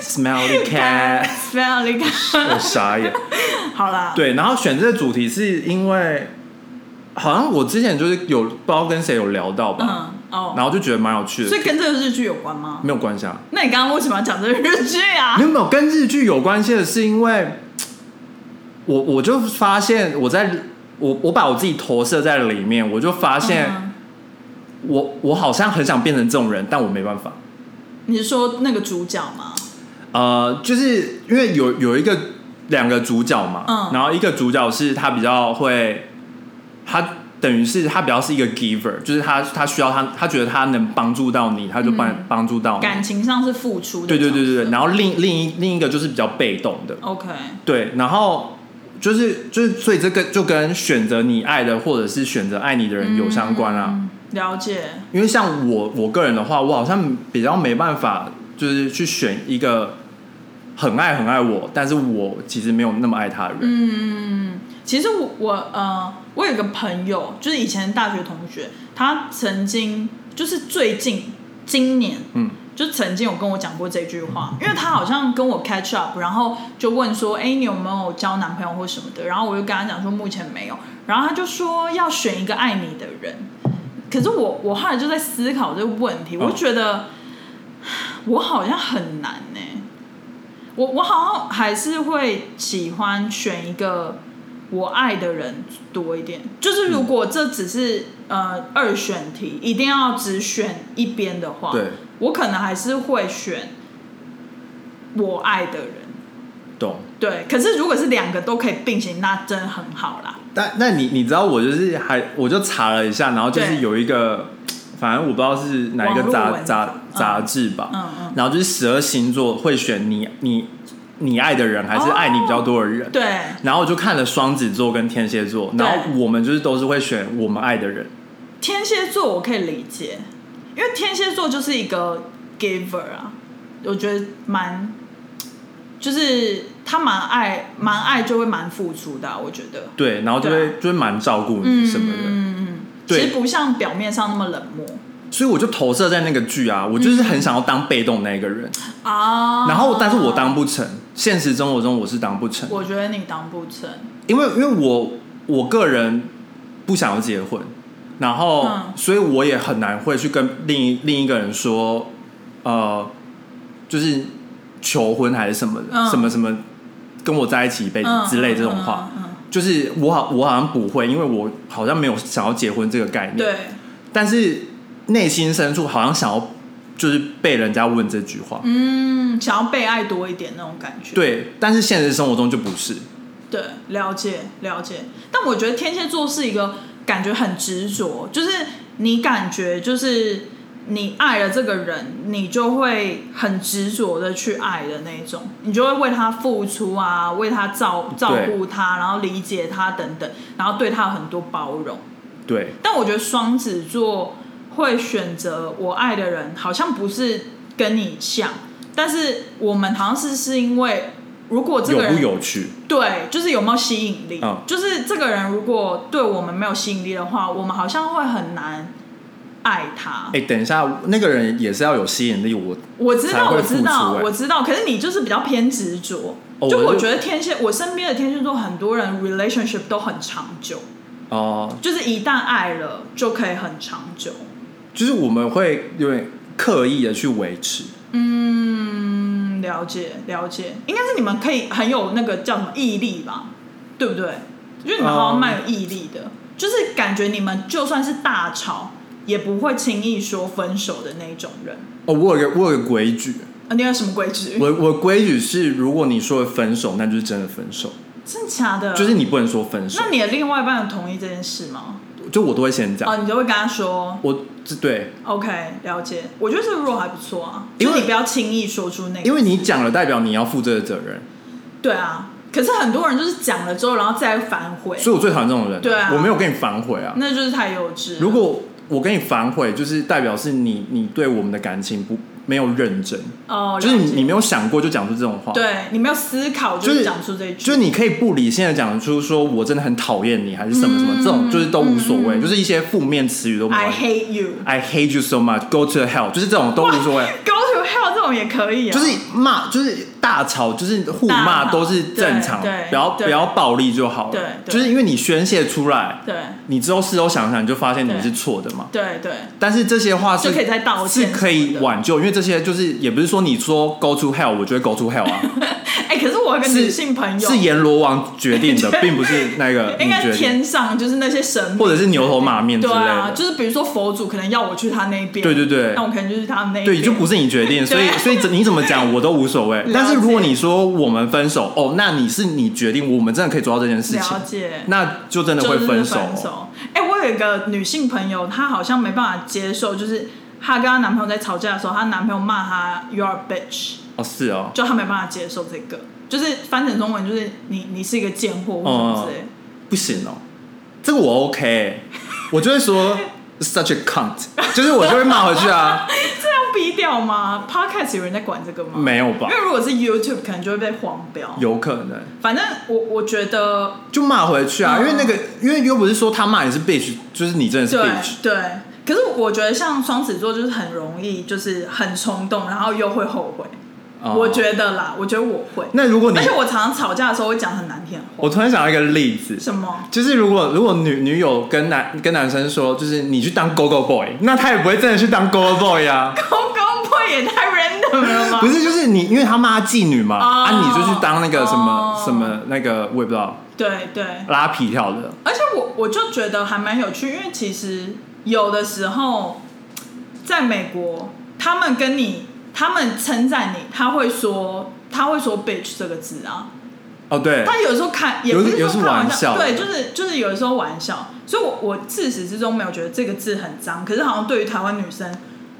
Smelly
*laughs*
cat，
Smelly Cat。 *laughs*
我傻眼。
好啦，
哎对，然后选这个主题是因为，好像我之前就是有不知道跟谁有聊到吧，
嗯，哦，
然后就觉得蛮有趣
所
的，
以跟这个日剧有关吗？
没有关系啊。
那你刚刚为什么要讲这个日剧啊
没？有没有跟日剧有关系的是因为，我我就发现我在我我把我自己投射在里面，我就发现
嗯
我我好像很想变成这种人，但我没办法。
你是说那个主角吗？
呃，就是因为有有一个两个主角嘛，
嗯
然后一个主角是他比较会，他等于是他比较是一个 giver，就是他他需要他他觉得他能帮助到你，他就帮、
嗯
帮助到你。
感情上是付出的
哦对
角色，
对对对对，然后另另一另一个就是比较被动的，
OK，
对，然后就是就是，所以这个就跟选择你爱的或者是选择爱你的人有相关啦、
嗯了解，
因为像我我个人的话，我好像比较没办法，就是去选一个很爱很爱我，但是我其实没有那么爱他的人。
嗯，其实我我呃，我有一个朋友，就是以前大学同学，他曾经就是最近今年，
嗯，
就曾经有跟我讲过这句话，因为他好像跟我 catch up，然后就问说，哎，你有没有交男朋友或什么的？然后我就跟他讲说，目前没有。然后他就说要选一个爱你的人。可是我我后来就在思考这个问题，
嗯
我就觉得、 *sighs* 我好像很难欸呢、我我好像还是会喜欢选一个我爱的人多一点。就是如果这只是、呃二选题，一定要只选一边的话，
对，
我可能还是会选我爱的人。
懂。
对，可是如果是两个都可以并行，那真的很好啦。
但那你你知道我就是还我就查了一下，然后就是
对
有一个，反正我不知道是哪一个
网络
杂
文
杂
章
杂志吧，
嗯嗯，
然后就是十二星座会选你你你爱的人还是爱你比较多的人。
对，
然后我就看了双子座跟天蝎座，
对
然后我们就是都是会选我们爱的人，
天蝎座我可以理解，因为天蝎座就是一个 giver 啊，我觉得蛮，就是他蛮爱蛮爱就会蛮付出的啊、我觉得，
对，然后就会、
对
就会蛮照顾你
嗯
什么的，
嗯嗯，其
对
实不像表面上那么冷漠
所以我就投射在那个剧啊，我就是很想要当被动那个人，
啊。
然后但是我当，不成，现实生活中我是当不成，
我觉得你当不成，
因为因为我我个人不想要结婚，然后、
嗯
所以我也很难会去跟另一另一个人说，呃，就是求婚还是什么的，
嗯
什么什么跟我在一起一辈子
嗯
之类这种话，，
嗯嗯嗯
就是我好我好像不会，因为我好像没有想要结婚这个概念，
嗯对，
但是内心深处好像想要就是被人家问这句话，
嗯，想要被爱多一点那种感觉，
对，但是现实生活中就不是，
对，了解了解。但我觉得天蝎座是一个感觉很执着，就是你感觉就是你爱了这个人，你就会很执着的去爱的那种，你就会为他付出啊，为他照照顾他，然后理解他等等，然后对他有很多包容。
对，
但我觉得双子座会选择我爱的人，好像不是跟你像，但是我们好像是是因为如果这
有
个人
不有趣，
对，就是有没有吸引力？
嗯
就是这个人如果对我们没有吸引力的话，我们好像会很难爱他。
哎、等一下，那个人也是要有吸引力，我
我知
才
道，
会
我知道
付出，欸
我知道。可是你就是比较偏执着。
哦
就
我
我
就
觉得天蝎，我身边的天蝎座很多人 relationship 都很长久，
哦、
就是一旦爱了就可以很长久。
就是我们会有点刻意的去维持，
嗯，了解了解，应该是你们可以很有那个叫什么毅力吧，对不对？因为你们好像
嗯
蛮有毅力的，就是感觉你们就算是大吵，也不会轻易说分手的那种人。
哦，我有个我有个规矩，
啊，你有什么规矩？
我我规矩是，如果你说分手，那就是真的分手，
真的假的？
就是你不能说分手
那，你的另外一半有同意这件事吗？
就我都会先讲，
哦，你就会跟他说
我这对，
，OK，了解。我觉得这个 rule 还不错啊，
因
就
为
是你不要轻易说出那个，
因为你讲了，代表你要负这个责任，
对啊。可是很多人就是讲了之后，然后再反悔，
所以我最讨厌这种人，
对啊
我没有跟你反悔啊，
那就是太幼稚了。
如果我跟你反悔，就是代表是你你对我们的感情不没有认真，
哦，
就是
了解
你你没有想过就讲出这种话，。
对你没有思考
就
就是是讲出这一句，
就是你可以不理性的讲出说我真的很讨厌你，还是什么什么，这种就是都无所谓，就是一些负面词语都没
嗯 I
关系。
hate you,
I hate you so much, go to hell，就是这种都无所谓。
go to hell 这种也可以啊，
就是骂，就是大吵，就是互
大
骂
吵
都是正常
对，对
不要
对
不要暴力就好了。
对对
就是因为你宣泄出来，
对
你之后事后想想，你就发现你
对
是错的嘛。
对对
但是这些话是
就可以再道歉
是可以
什么的
挽救，因为这些就是也不是说你说 go to hell，我就会 go to hell 啊，
哎、可是我 *laughs* 有个女
是
性朋友，
是阎罗王决定的
*laughs* 对
并不是那个
应
你
该
决定。
天上就是那些神明
或者是牛头马面之
对
类
啊，
的。
就是比如说佛祖可能要我去他那边，
对对对
那我可能就是他们那一边
对，就不是你决定，所以
对
所以怎你怎么讲我都无所
*laughs*
谓
解。
但是如果你说我们分手，哦，那你是你决定，我们真的可以做到这件事
了
情，
解。
那就真的会
就是
分
分
手哦。
哎、我有一个女性朋友，她好像没办法接受，就是她跟她男朋友在吵架的时候，她男朋友骂她 “you are a bitch”，
哦，是哦，
就她没办法接受这个，就是翻成中文就是你你是一个贱货或什
哦
么之类的。
不行哦，这个我 OK，我就会说 such a cunt，就是我就会骂回去啊，
这样逼掉吗？Podcast 有人在管这个吗？
没有吧
因？为如果是 YouTube，可能就会被黄标。
有可能
反正我我觉得
就骂回去啊，
嗯
因为那个，因为又不是说他骂你是 bitch，就是你真的是
对
bitch，
对，可是我觉得像双子座就是很容易，就是很冲动，然后又会后悔。
哦
我觉得啦，我觉得我会，
那如果你
而，且我常常吵架的时候会讲很难听的话。
我突然想到一个例子，
什么？ *laughs*
就是如果如果女女友跟男跟男生说，就是你去当 go go boy，那他也不会真的去当 go go boy 啊，
公公婆也太 random 了吧？
不是，就是你因为他骂妓女嘛，
哦
啊，你就去当那个什么、
哦
什么那个我也不知道
对对，
拉皮条的，
而且我我就觉得还蛮有趣，因为其实有的时候在美国，他们跟你，他们称赞你，他会说他会说 bitch 这个字啊，
哦对，
他有时候看也
有
不是
有
说
时候
开玩
玩笑
对，就是就是有的时候玩笑，所以我我自始至终没有觉得这个字很脏，可是好像对于台湾女生，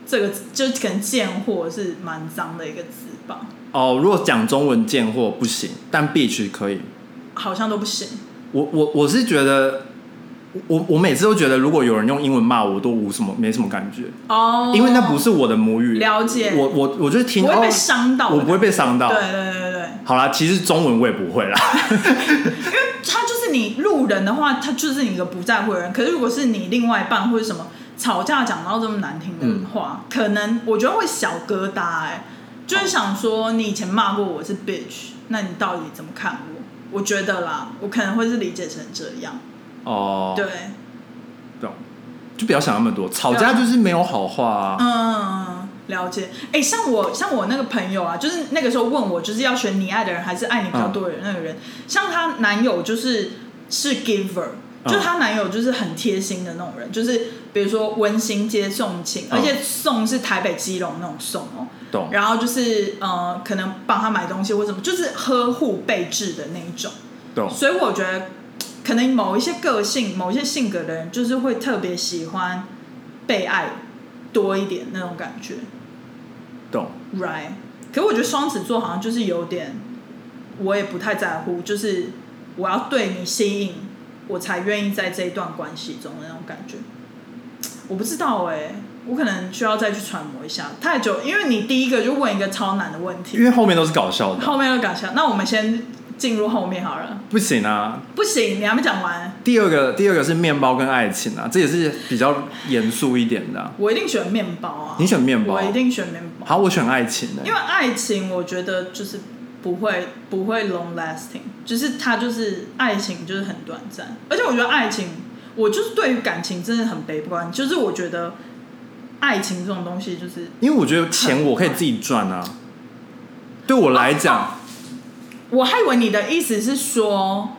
这个字就可能贱货是蛮脏的一个字吧，
哦，如果讲中文贱货不行，但 bitch 可以，
好像都不行。
我我我是觉得。我我每次都觉得，如果有人用英文骂我，我都无什么没什么感觉，
哦，
因为那不是我的母语。
了解
我我我就是听，
不会被
哦
伤到的
我不会被伤到。
对对对对对。
好啦，其实中文我也不会啦。
他就是你路人的话，他就是你一个不在乎的人。可是如果是你另外一半或者什么吵架讲到这么难听的话，可能我觉得会小疙瘩哎、就是想说你以前骂过我是 bitch，那你到底怎么看我？我觉得啦，我可能会是理解成这样，
哦，
对，
懂，就不要想那么多，吵架就是没有好话啊。
嗯，了解。哎、像我像我那个朋友啊，就是那个时候问我，就是要选你爱的人还是爱你比较多的人那个人，像她男友就是是 giver，、
嗯
就她男友就是很贴心的那种人，就是比如说温馨接送情，
嗯
而且送是台北基隆那种送哦、
懂，
然后就是呃，可能帮他买东西或什么，就是呵护备至的那一种。
懂，
所以我觉得，可能某一些个性、某一些性格的人，就是会特别喜欢被爱多一点那种感觉
懂。
，right？可我觉得双子座好像就是有点，我也不太在乎，就是我要对你吸引，我才愿意在这一段关系中的那种感觉。我不知道哎、我可能需要再去揣摩一下。太久，因为你第一个就问一个超难的问
因
题，
为后面都是搞笑的，
后面又搞笑。那我们先进入后面好了。
不行啊。
不行，你还没讲完。
第二个，第二个是面包跟爱情啊，这也是比较严肃一点的啊、
我一定选面包啊！
你选面包
我一定选面包，
好，我选爱情的、
因为爱情我觉得就是不会不会 long lasting，就是它就是爱情就是很短暂，而且我觉得爱情，我就是对于感情真的很悲观，就是我觉得爱情这种东西就是
因为我觉得钱我可以自己赚啊。对我来讲，？
我还以为你的意思是说，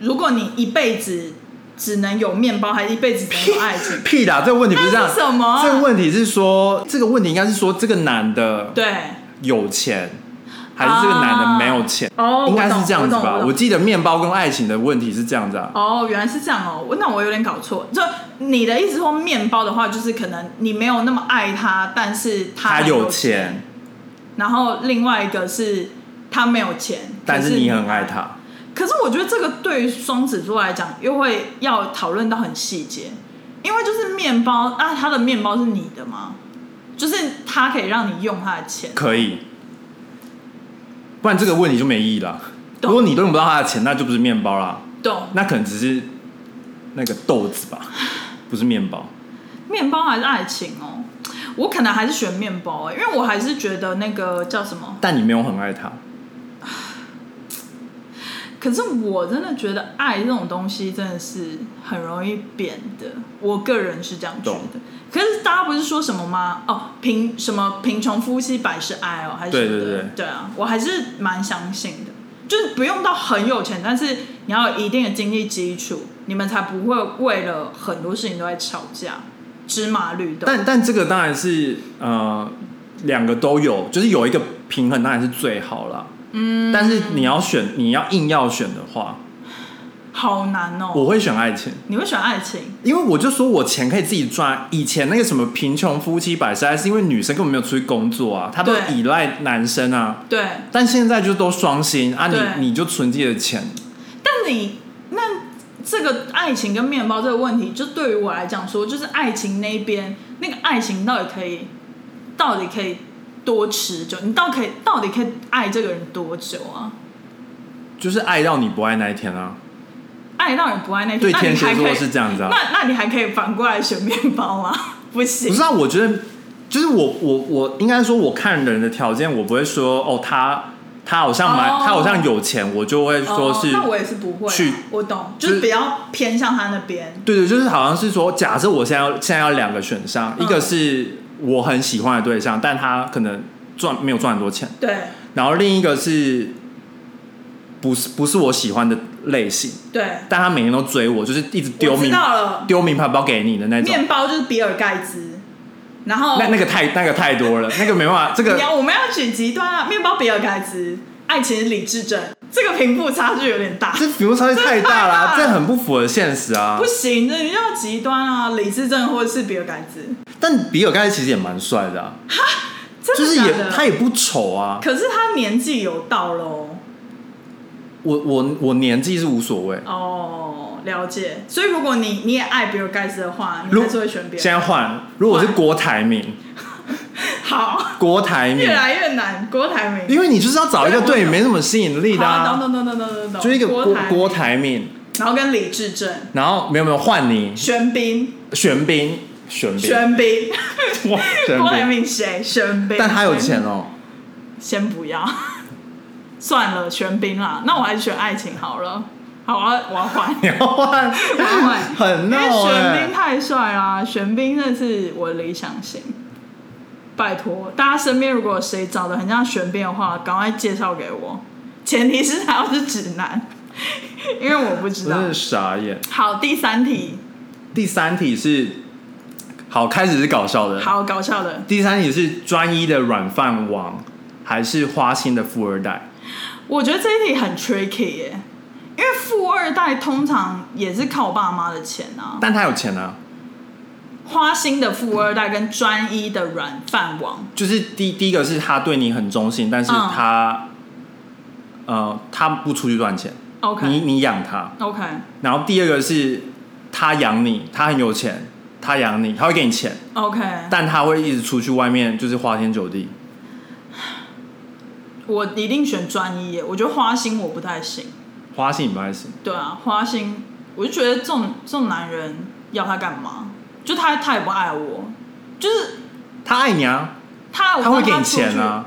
如果你一辈子只能有面包，还是一辈子只能有爱
*laughs*
情
屁啦，这个问题不是这样。
那是什么啊
这个问题是说，这个问题应该是说，这个男的
对，
有钱，还是这个男的没有钱？
哦，
应该
我懂
是这样子
我懂
吧？
我懂
我记得面包跟爱情的问题是这样子啊。
哦，原来是这样哦，我那我有点搞错。就你的意思说，面包的话，就是可能你没有那么爱他，但是他
他
很
有
有
钱，
然后另外一个是他没有钱，
但
可
是你很爱。他。
可是我觉得这个对于双子座来讲，又会要讨论到很细节，因为就是面包啊，他的面包是你的吗？就是他可以让你用他的钱，
可以，不然这个问题就没意义了。
懂
如果你都用不到他的钱，那就不是面包啦，
懂？
那可能只是那个豆子吧，不是面包。
面包还是爱情哦？我可能还是选面包、欸，因为我还是觉得那个叫什么
但你没有很爱他，
可是我真的觉得爱这种东西真的是很容易贬的，我个人是这样觉
懂
得。可是大家不是说什么吗？哦，贫什么贫穷夫妻百事哀哦，还是什么的
对对对
对啊，我还是蛮相信的，就是不用到很有钱，但是你要有一定的经济基础，你们才不会为了很多事情都在吵架，芝麻绿豆。
但但这个当然是呃两个都有，就是有一个平衡当然是最好啦。嗯，但是你要选，你要硬要选的话，
好难哦、
我会选爱情，
你会选爱情？
因为我就说我钱可以自己赚。啊以前那个什么贫穷夫妻百事哀，是因为女生根本没有出去工作啊，她都
对
依赖男生啊。
对，
但现在就都双薪啊你，
对
你就存自己的钱，
但你那这个爱情跟面包这个问题，就对于我来讲说，就是爱情那一边，那个爱情到底可以，到底可以多持久？你到底可以，到底可以爱这个人多久啊？
就是爱到你不爱那一天啊。
爱到你不爱那
对
那你
天蝎
还可
座
以
是这样子啊。
那那你还可以反过来选面包吗？ *laughs* 不
不
行
是，啊，我觉得就是我我我应该说，我看人的条件，我不会说哦，他他好像蛮、
哦
他好像有钱，我就会啊说是、
哦、那我也是不会啊、
去
我懂，
就
就是是比较偏向他那边。
对对，就是好像是说，假设我现在要现在要两个选项，
嗯
一个是我很喜欢的对象，但他可能赚没有赚很多钱，
对
然后另一个是不是不是我喜欢的类型，
对，
但他每天都追我，就是一直丢
我知
名
道了，
丢名牌包给你的那种。
面包就是比尔盖茨，然后
那那个太那个太多了，那个没办法，这个
你要我们要选极端啊，面包比尔盖茨，爱情是李智正，这个贫富差距有点大。
*laughs* 这服务差距太大啦、
这太大了
这很不符合现实啊
不。行，那你要极端啊！李智正或者是比尔盖茨，
但比尔盖茨其实也蛮帅的、啊，
*laughs* 真
就
的
是
假
也
的？
他也不丑啊。
可是他年纪有到喽。
我我我年纪是无所谓，
哦，了解。所以如果你你也爱比尔盖茨的话，你
如
还是会选比尔
现
盖
在
茨。
换，如果我是郭台铭，
*laughs* 好，
郭台铭
越，来越难。郭台铭，
因为你就是要找一个对你没什么吸引力的、
好，
啊，
懂懂懂懂懂懂懂，
就是一个郭
郭台铭
郭台铭，
然后跟李智正、
然后没有没有换你
玄彬、
玄彬，玄彬，
玄彬、
哇玄
郭台
彬，
铭谁？玄彬，
但他有钱哦。，
先不要， *laughs* 算了，玄彬啦。那我还是选爱情好了。好，我要我要 *laughs* 换
你 *laughs* 要换，
我欸要换，
很闹
因为
哎、
玄彬太帅啦，玄彬那是我的理想型。拜托，大家身边如果有谁长得很像玄彬的话，赶快介绍给我，前提是他要是直男， *laughs* 因为我不知道
真。是傻眼。
好，第三题，
第三题是，好，开始是搞笑的。
好搞笑的，
第三题是专一的软饭王，还是花心的富二代？
我觉得这一题很 tricky 耶、因为富二代通常也是靠爸妈的钱啊。
但他有钱啊，
花心的富二代跟专一的软饭王，
就是第第一个是他对你很忠心，但是
嗯
他，呃，他不出去赚钱，
OK
你你养他。
OK，
然后第二个是他养你，他很有钱，他养你，他会给你钱，
OK，
但他会一直出去外面就是花天酒地。
我一定选专一耶。我觉得花心我不太行，
花心你不太行，
对啊，花心，我就觉得这种这种男人要他干嘛？就他他也不爱我，就是
他爱你啊，
他
他
我
会
跟
给你
出
钱
去
啊。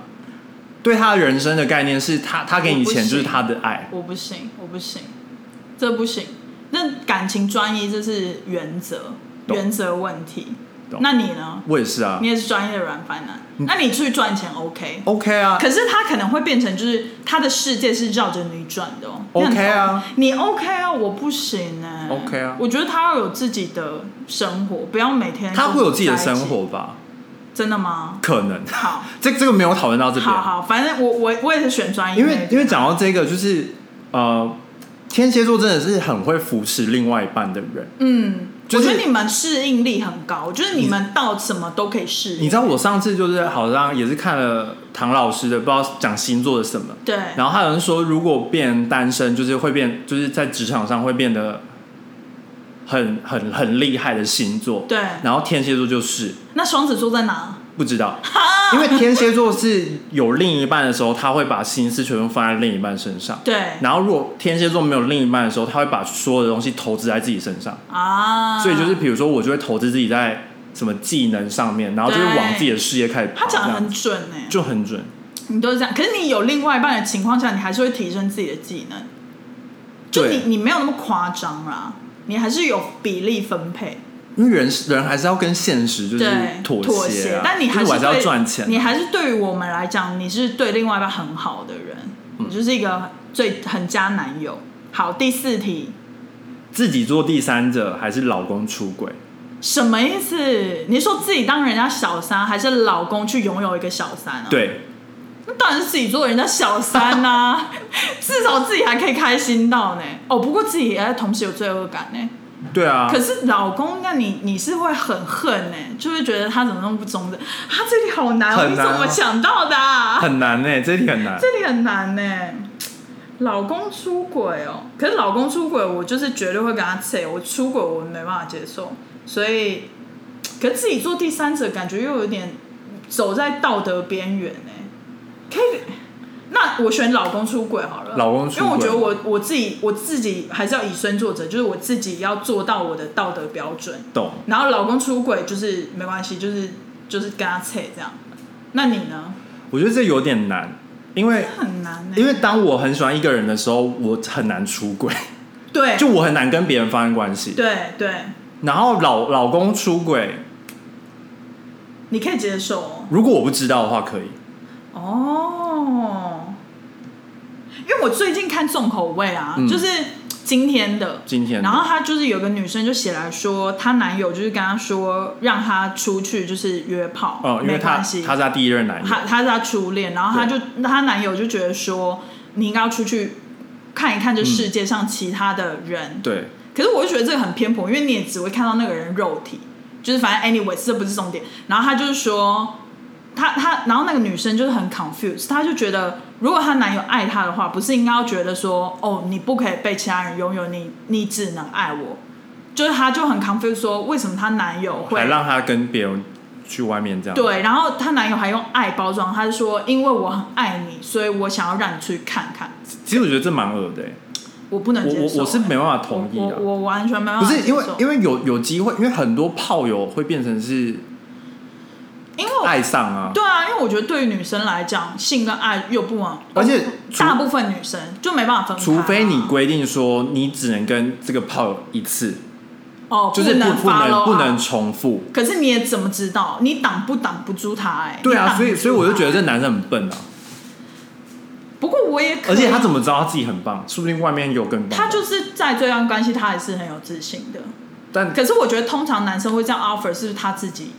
对他人生的概念是他，他给你
我不
钱就是
行
他的爱。
我不行，我不行，这不行。那感情专一这是原则，
懂
原则问题
懂。嗯
那你呢？
我也是啊
你也是专业的软饭男，那你出去赚钱 OK？
，OK 啊，
可是他可能会变成，就是他的世界是绕着你转的哦。
OK
那你
啊，
你 OK 啊，我不行哎、
OK 啊
我觉得他要有自己的生活，不要每天
他会有自己的生
都在一起。
活吧？
真的吗？
可能，
好，
这这个没有讨论到这边
好，好，反正我我我也是选专业，
因为因为讲到这个，就是呃，天蝎座真的是很会扶持另外一半的人。
嗯，
就是
我觉得你们适应力很高，就是你们到什么都可以适应。
你知道我上次就是好像也是看了唐老师的，不知道讲星座的什么，
对，
然后还有人说，如果变单身，就是会变，就是在职场上会变得很很很厉害的星座。
对
然后天蝎座就是
那双子座在哪？
不知
*laughs*
道，因为天蝎座是有另一半的时候，他会把心思全部放在另一半身上。
对
然后如果天蝎座没有另一半的时候，他会把所有的东西投资在自己身上。
啊，
所以就是比如说，我就会投资自己在什么技能上面，然后就会往自己的事业开始
他
跑，这
讲的
样
很准哎、
就很准。
你都是这样。可是你有另外一半的情况下，你还是会提升自己的技能。就你
对，
你没有那么夸张啦，你还是有比例分配，
因为人人还是要跟现实就是
对，妥
协啊，
但你
就是
还
我还是要
对
赚钱啊。
你还是对于我们来讲，你是对另外一半很好的人，
嗯
你就是一个最很佳男友。好，第四题，
自己做第三者还是老公出轨？
什么意思？你是说自己当人家小三，还是老公去拥有一个小三啊？，
对，
那到当然是自己做人家小三呐、 *laughs* 至少自己还可以开心到呢。哦，不过自己也同时有罪恶感呢。
对啊，
可是老公，那你你是会很恨呢、就会觉得他怎么那么不忠贞？他、这里好难，哦，
很
你
难
怎
哦
么想到的、啊？
很难呢、这一题很难。
这里很难呢、欸老公出轨哦，可是老公出轨，我就是绝对会跟他扯。我出轨，我没办法接受，所以，可是自己做第三者，感觉又有点走在道德边缘呢。可以，那我选老公出轨好了。
老公出轨
因为我觉得我我自己我自己还是要以身作则，就是我自己要做到我的道德标准。
懂。
然后老公出轨就是没关系，就是就是跟他扯这样。那你呢？
我觉得这有点难，因为
很难欸呢、
因为当我很喜欢一个人的时候，我很难出轨，
对，
就我很难跟别人发生关系。
对对，
然后老老公出轨，
你可以接受哦。
如果我不知道的话，可以。
哦，因为我最近看重口味啊，
嗯
就是今天的。
今天
然后她就是有个女生就写来说，她男友就是跟她说让她出去就是约炮，
呃，因为
哦没
他
关
他
系，
是他第一任男友，
她她是她初恋，然后她就她男友就觉得说你应该要出去看一看这世界上其他的人，
对，
可是我就觉得这个很偏颇，因为你也只会看到那个人肉体，就是反正 anyway 这不是重点。然后他就是说，他他，然后那个女生就是很 confused，她就觉得如果她男友爱她的话，不是应该要觉得说，哦，你不可以被其他人拥有，你你只能爱我。就是她就很 confused，说为什么她男友会
还让他跟别人去外面这样。
对，然后她男友还用爱包装，他就说因为我很爱你，所以我想要让你出去看看。
其实我觉得这蛮恶的欸、
我不能
我
接受欸、
我我是没办法同意
我
啊。
我我完全没办
不
法
是
接
因
受，
为因为有有机会，因为很多炮友会变成是
因为我
爱上啊，
对啊，因为我觉得对于女生来讲，性跟爱又不往，
而且除
大部分女生就没办法分开啊、
除非你规定说你只能跟这个炮友一次，
哦，
就是不
能
不
发
能
喽，
不能。重复。
可是你也怎么知道？你挡不挡不住他、哎，
对啊，
你挡不
所以
住
所以我就觉得
他
这男生很笨啊，
不过我也可
而
以，
且他怎
么？
么知道他自己很棒？说不定外面有更棒的。
他就是在这段关系，他还是很有自信的。
但
可是我觉得，通常男生会这样 offer，是不是他自己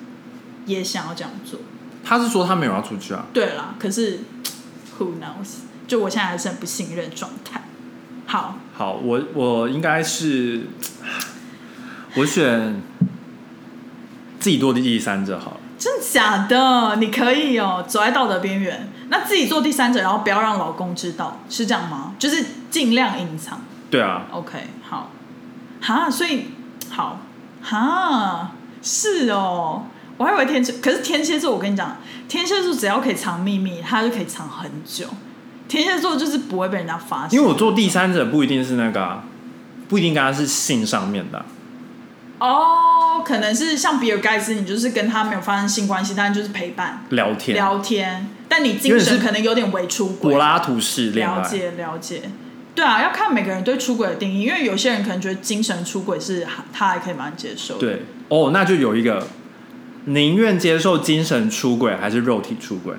也想要这样做？
他是说他没有要出去啊，
对啦，可是 who knows？就我现在还是很不信任状态。好，
好，我我应该是我选自己做第三者好了。
真假的？你可以哦，走在道德边缘，那自己做第三者，然后不要让老公知道，是这样吗？就是尽量隐藏。
对啊，
OK，好，哈，所以好，哈，是哦，我还以为天蝎，可是天蝎座，我跟你讲，天蝎座只要可以藏秘密，他就可以藏很久。天蝎座就是不会被人家发现，
因为我做第三者不一定是那个、啊，不一定跟他是性上面的啊、
哦，可能是像比尔盖茨，你就是跟他没有发生性关系，但就是陪伴
聊天，
聊天，但你
有
精
点
神
是
可能有点为出轨
柏。拉图式恋
了
爱。
解了解，对啊，要看每个人对出轨的定义，因为有些人可能觉得精神出轨是还他还可以蛮接受的。，
对哦，那就有一个宁愿接受精神出轨还是肉体出轨？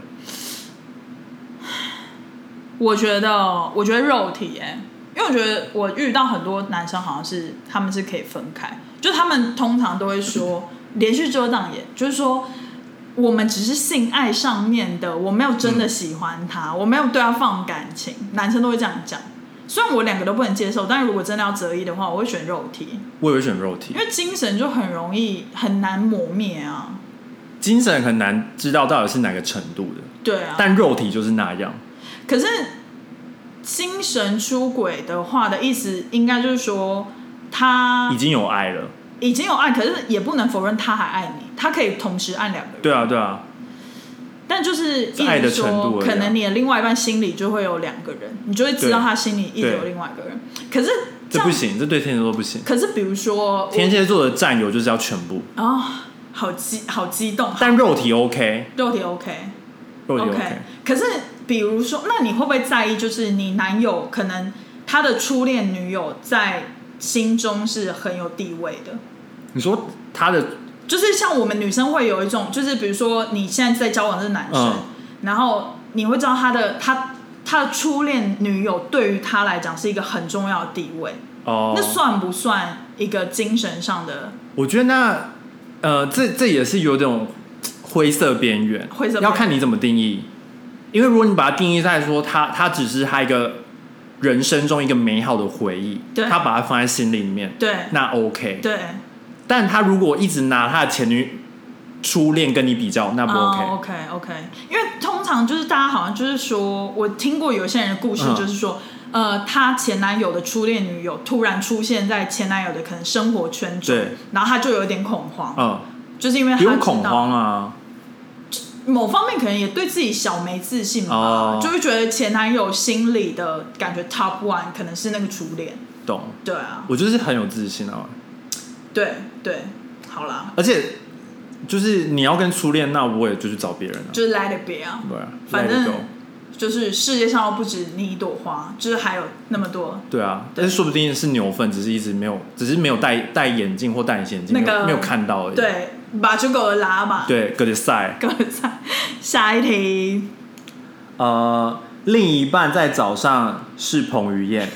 我觉得我觉得肉体哎、因为我觉得我遇到很多男生好像是他们是可以分开，就他们通常都会说连续遮挡也，就是说。我们只是性爱上面的，我没有真
嗯
的喜欢他，我没有对他放感情，男生都会这样讲。虽然我两个都不能接受，但如果真的要择一的话，我会选肉体。
我也会选肉体
因，为精神就很容易很难磨灭啊，
精神很难知道到底是哪个程度的，
对啊。
但肉体就是那样。
可是精神出轨的话的意思，应该就是说他
已经有爱了。
已经有爱，可是也不能否认他还爱你，他可以同时爱两个人。
对啊，对啊，
但就是意思
是爱的
说
程度而已啊
可能你的另外一半心里就会有两个人，你就会知道
对
他心里一直有
对
另外一个人。可是
这
样
不。行，这对天蝎座不行。
可是比如说我
天蝎座的占有就是要全部，
哦，好激好激动，
但肉体 OK，
肉体 OK。
肉体
OK，
OK，
可是比如说，那你会不会在意？就是你男友可能他的初恋女友在心中是很有地位的，
你说他的
就是像我们女生会有一种，就是比如说你现在在交往的是男生，
嗯
然后你会知道他的他他的初恋女友对于他来讲是一个很重要的地位，
哦
那，算不算一个精神上的？
我觉得那呃，这这也是有种灰色边缘，
灰色边缘
要看你怎么定义。因为如果你把它定义在说它它只是他一个人生中一个美好的回忆，
对
他把它放在心里面，
对
那 OK。
对
但他如果一直拿他的前女初恋跟你比较，那不 OK。
o k OK，因为通常就是大家好像就是说，我听过有些人的故事
嗯，
就是说，呃，她前男友的初恋女友突然出现在前男友的可能生活圈中
对，
然后她就有点恐慌，
嗯，
就是因为她
不用
知
恐
道
慌啊。
某方面可能也对自己小没自信吧，
哦
就会觉得前男友心里的感觉 top one 可能是那个初恋，
懂，
对啊，
我就是很有自信啊。
对对，好啦，
而且就是你要跟初恋，那我也就去找别人了、
就是 let it be 啊，
对啊，
反正
let it go
就是世界上又不止你一朵花，就是还有那么多
对啊，但是说不定是牛粪，只是一直没有，只是没有戴戴眼镜或戴隐形眼镜，
那个
没有没有看到而已。
对，把这狗拉吧，
对，格里赛。
各位菜，下一题，
呃，另一半在早上是彭于
*laughs*
晏，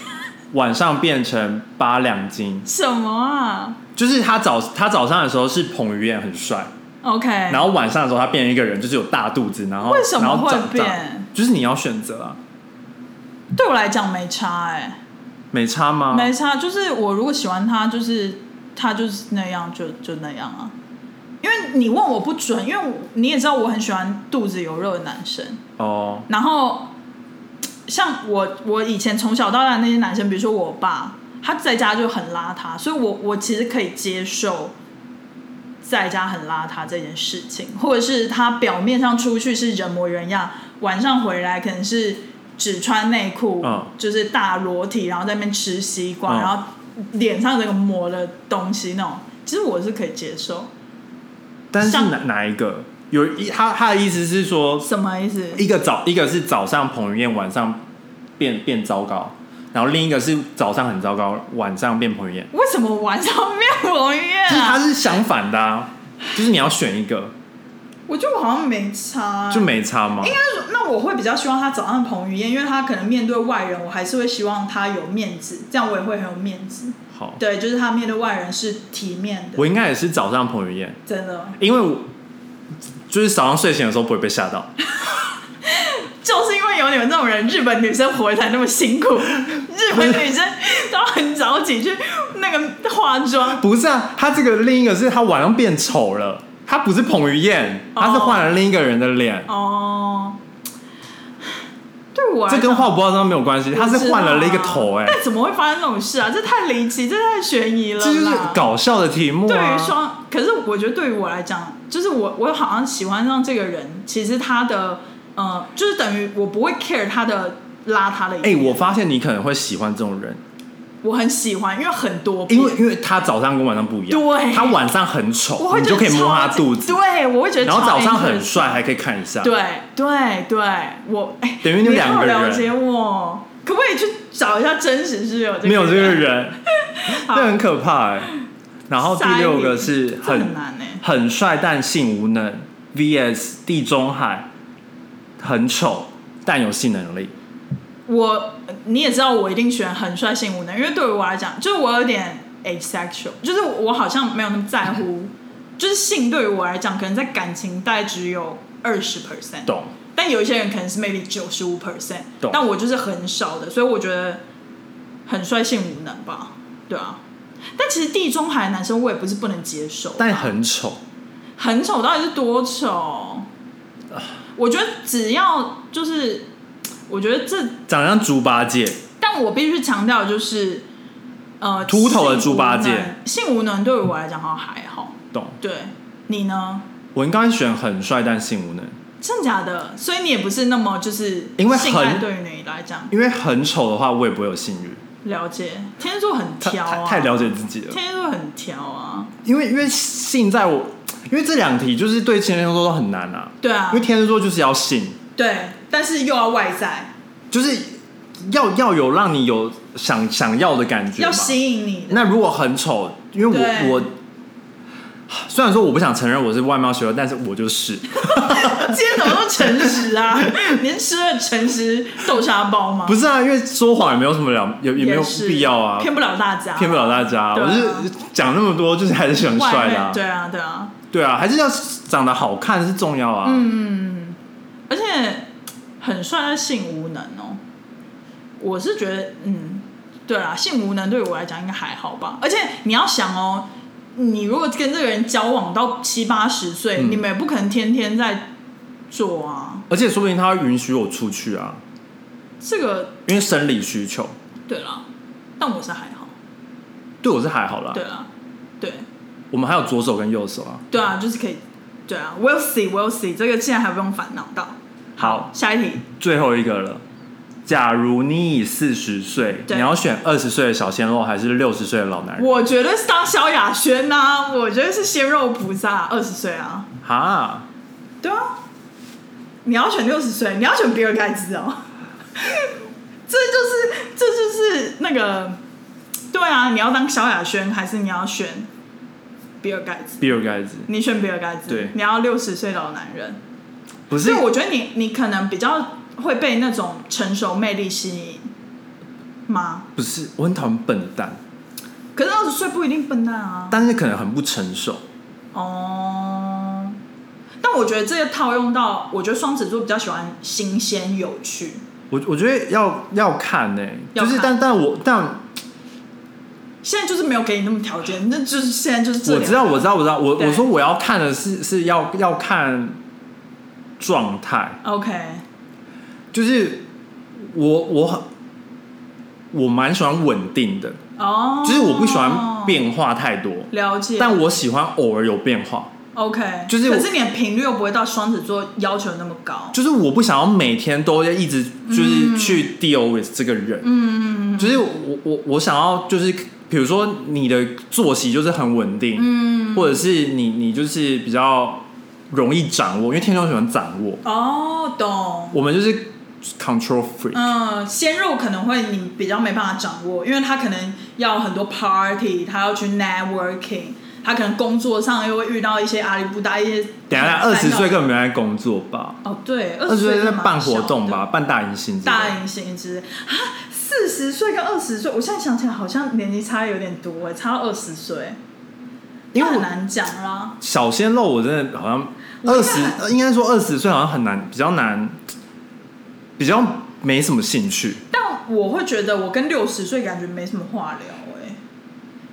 晚上变成八两金，
什么啊
就是他早他早上的时候是彭于晏很帅，
？OK，
然后晚上的时候他变成一个人，就是有大肚子，然后
为什么
然后
会
长
变
长就是你要选择啊，
对我来讲没差哎、
没差吗？
没差，就是我如果喜欢他，就是他就是那样，就就那样啊。因为你问我不准，因为我你也知道我很喜欢肚子有肉的男生。
哦，
然后像我，我以前从小到大那些男生，比如说我爸，他在家就很邋遢，所以我我其实可以接受在家很邋遢这件事情，或者是他表面上出去是人模人样，晚上回来可能是只穿内裤，
嗯
就是大裸体，然后在那边吃西瓜，
嗯
然后脸上整个抹了东西那种，其实我是可以接受。
但是
上
哪哪一个？有一他他的意思是说，
什么意思？
一个早一个是早上彭于晏，晚上变变糟糕，然后另一个是早上很糟糕，晚上变彭于晏，
为什么晚上变彭于晏
就是它
啊？
是相反的、啊，就是你要选一个，
我觉得我好像没差、欸
就没差嘛。
那我会比较希望他早上彭于晏，因为他可能面对外人，我还是会希望他有面子，这样我也会很有面子。
好，
对，就是他面对外人是体面的，
我应该也是早上彭于晏，
真的
因为我就是早上睡醒的时候不会被吓到，
就是因为有你们这种人，日本女生活才那么辛苦， *laughs* 日本女生都很早起去那个化妆。
不是啊，他这个另一个是他晚上变丑了，他不是彭于晏，他是换了另一个人的脸。
哦，对我来
这
讲
跟画不画上没有关系，他
我知
是
道啊
换了一个头、哎，
但怎么会发生这种事啊？这太离奇，这太悬疑了
这
啦。
就是搞笑的题目
对
啊
于。双，可是我觉得对于我来讲，就是我我好像喜欢上这个人，其实他的呃，就是等于我不会 care 他的邋遢的一
哎、
面。
我发现你可能会喜欢这种人，
我很喜欢，因为很多变，
因为因为他早上跟晚上不一样，
对
他晚上很
我
丑，
会
你
觉
就
得
可以摸他
超级
肚子，
对，我会觉得
然后
超
早上
interesting
很帅，还可以看一下。，
对对对，我哎，
等于你们
你
两
好
个人
了解我，可不可以去找一下真实是有这个
没有这个人，
*laughs* 好
那很可怕哎、然后第
下一
六个
名
是
这很
很
难哎、
很帅但性无能，VS 地中海，很丑但有性能力。
我你也知道，我一定选很率性无能，因为对于我来讲，就是我有点 asexual，就是我好像没有那么在
*laughs*
乎，就是性对于我来讲，可能在感情大概只有二十 percent，
懂，
但有一些人可能是 maybe 九十五 percent，
懂
但我就是很少的，所以我觉得很率性无能吧，对啊。但其实地中海男生我也不是不能接受，
但很丑。
很丑到底是多丑？
啊
我觉得只要就是，我觉得这
长得像猪八戒，
但我必须强调，就是呃，
秃头的猪八戒
性无能，性无能对于我来讲好像还好。
懂？
对你呢？
我应该选很帅但性无能，
真的假的？所以你也不是那么就是
因为很
性爱对于你来讲
因为很丑的话，我也不会有性欲。
了解，天蝎座很
太
挑啊，
太太了解自己了，
天蝎座很挑啊，
因为因为性在我，因为这两题就是对天蝎座都很难啊，
对啊
因为，天蝎座就是要性，
对，但是又要外在，
就是要要有让你有想想要的感觉嘛
要。吸引你的，
那如果很丑，因为
对
我我虽然说我不想承认我是外貌协会，但是我就是，
今天怎么那么诚实
*laughs*
啊？你是吃了诚实豆沙包吗？
不
是，
是啊，因为说谎也没有什么了，也也没有必要啊，
骗不了大家，
骗不了大家。
对啊
我是讲那么多，就是还是喜欢
外
帅的、
面，对啊，对啊。嗯
对啊，还是要长得好看是重要啊。
嗯，而且很帅，但性无能哦。我是觉得，嗯，对啦，性无能对我来讲应该还好吧。而且你要想哦，你如果跟这个人交往到七八十岁，
嗯
你们也不可能天天在做啊。
而且说不定他会允许我出去啊，
这个
因为生理需求，
对啦，但我是还好，
对我是还好啦
对。啦，对
我们还有左手跟右手啊。
对啊，就是可以，对啊，we'll see，we'll see，这个现在还不用烦恼到。
好，
下一题，
最后一个了。假如你已四十岁，
对
你要选二十岁的小鲜肉还是六十岁的老男人？
我觉得是当萧亚轩呐、我觉得是鲜肉菩萨，二十岁啊，
哈，
对啊，你要选六十岁，你要选比尔盖茨哦， *laughs* 这就是这就是那个，对啊，你要当萧亚轩还是你要选比尔盖茨？
比尔盖茨
你选比尔盖茨，
对
你要六十岁老男人，
不是
所以我觉得你你可能比较会被那种成熟魅力吸引吗？
不是，我很讨厌笨蛋，
可是二十岁不一定笨蛋啊。
但是可能很不成熟。
哦，但我觉得这个套用到，我觉得双子座比较喜欢新鲜有趣。
我我觉得要要看呢、
要
就
看
是但但我但
现在就是没有给你那么条件，那就是现在就是这
我
两
知道我知道我知道我
对
我说我要看的是是要要看状态，
OK，
就是我我很我蛮喜欢稳定的，
哦，
就是我不喜欢，变化太多，
了解，
但我喜欢偶尔有变化。
OK，
就是我
可是你的频率又不会到双子座要求那么高。
就是我不想要每天都要一直
嗯
就是去 deal with 这个人，
嗯嗯
就是我我我想要就是比如说你的作息就是很稳定，
嗯，
或者是你你就是比较容易掌握，因为天蝎座喜欢掌握，
哦，懂。
我们就是 control free，、
嗯，鲜肉可能会你比较没办法掌握，因为他可能要很多 party，他要去 networking，他可能工作上又会遇到一些阿里不达一些。
等一下二十岁根本没在工作吧，
哦，对，
二
二
十岁
岁
在
真的
办
蛮小
活动
的
吧，，办大迎新之类的，
大龄型之啊，四十岁跟二十岁，我现在想起来好像年纪差有点多哎，差二十岁，
因为
那很
我
难讲啦。
小鲜肉，我真的好像
我
二
应
十
该，
应该说二十岁好像很难，比较难，比较没什么兴趣。
但我会觉得我跟六十岁感觉没什么话聊哎，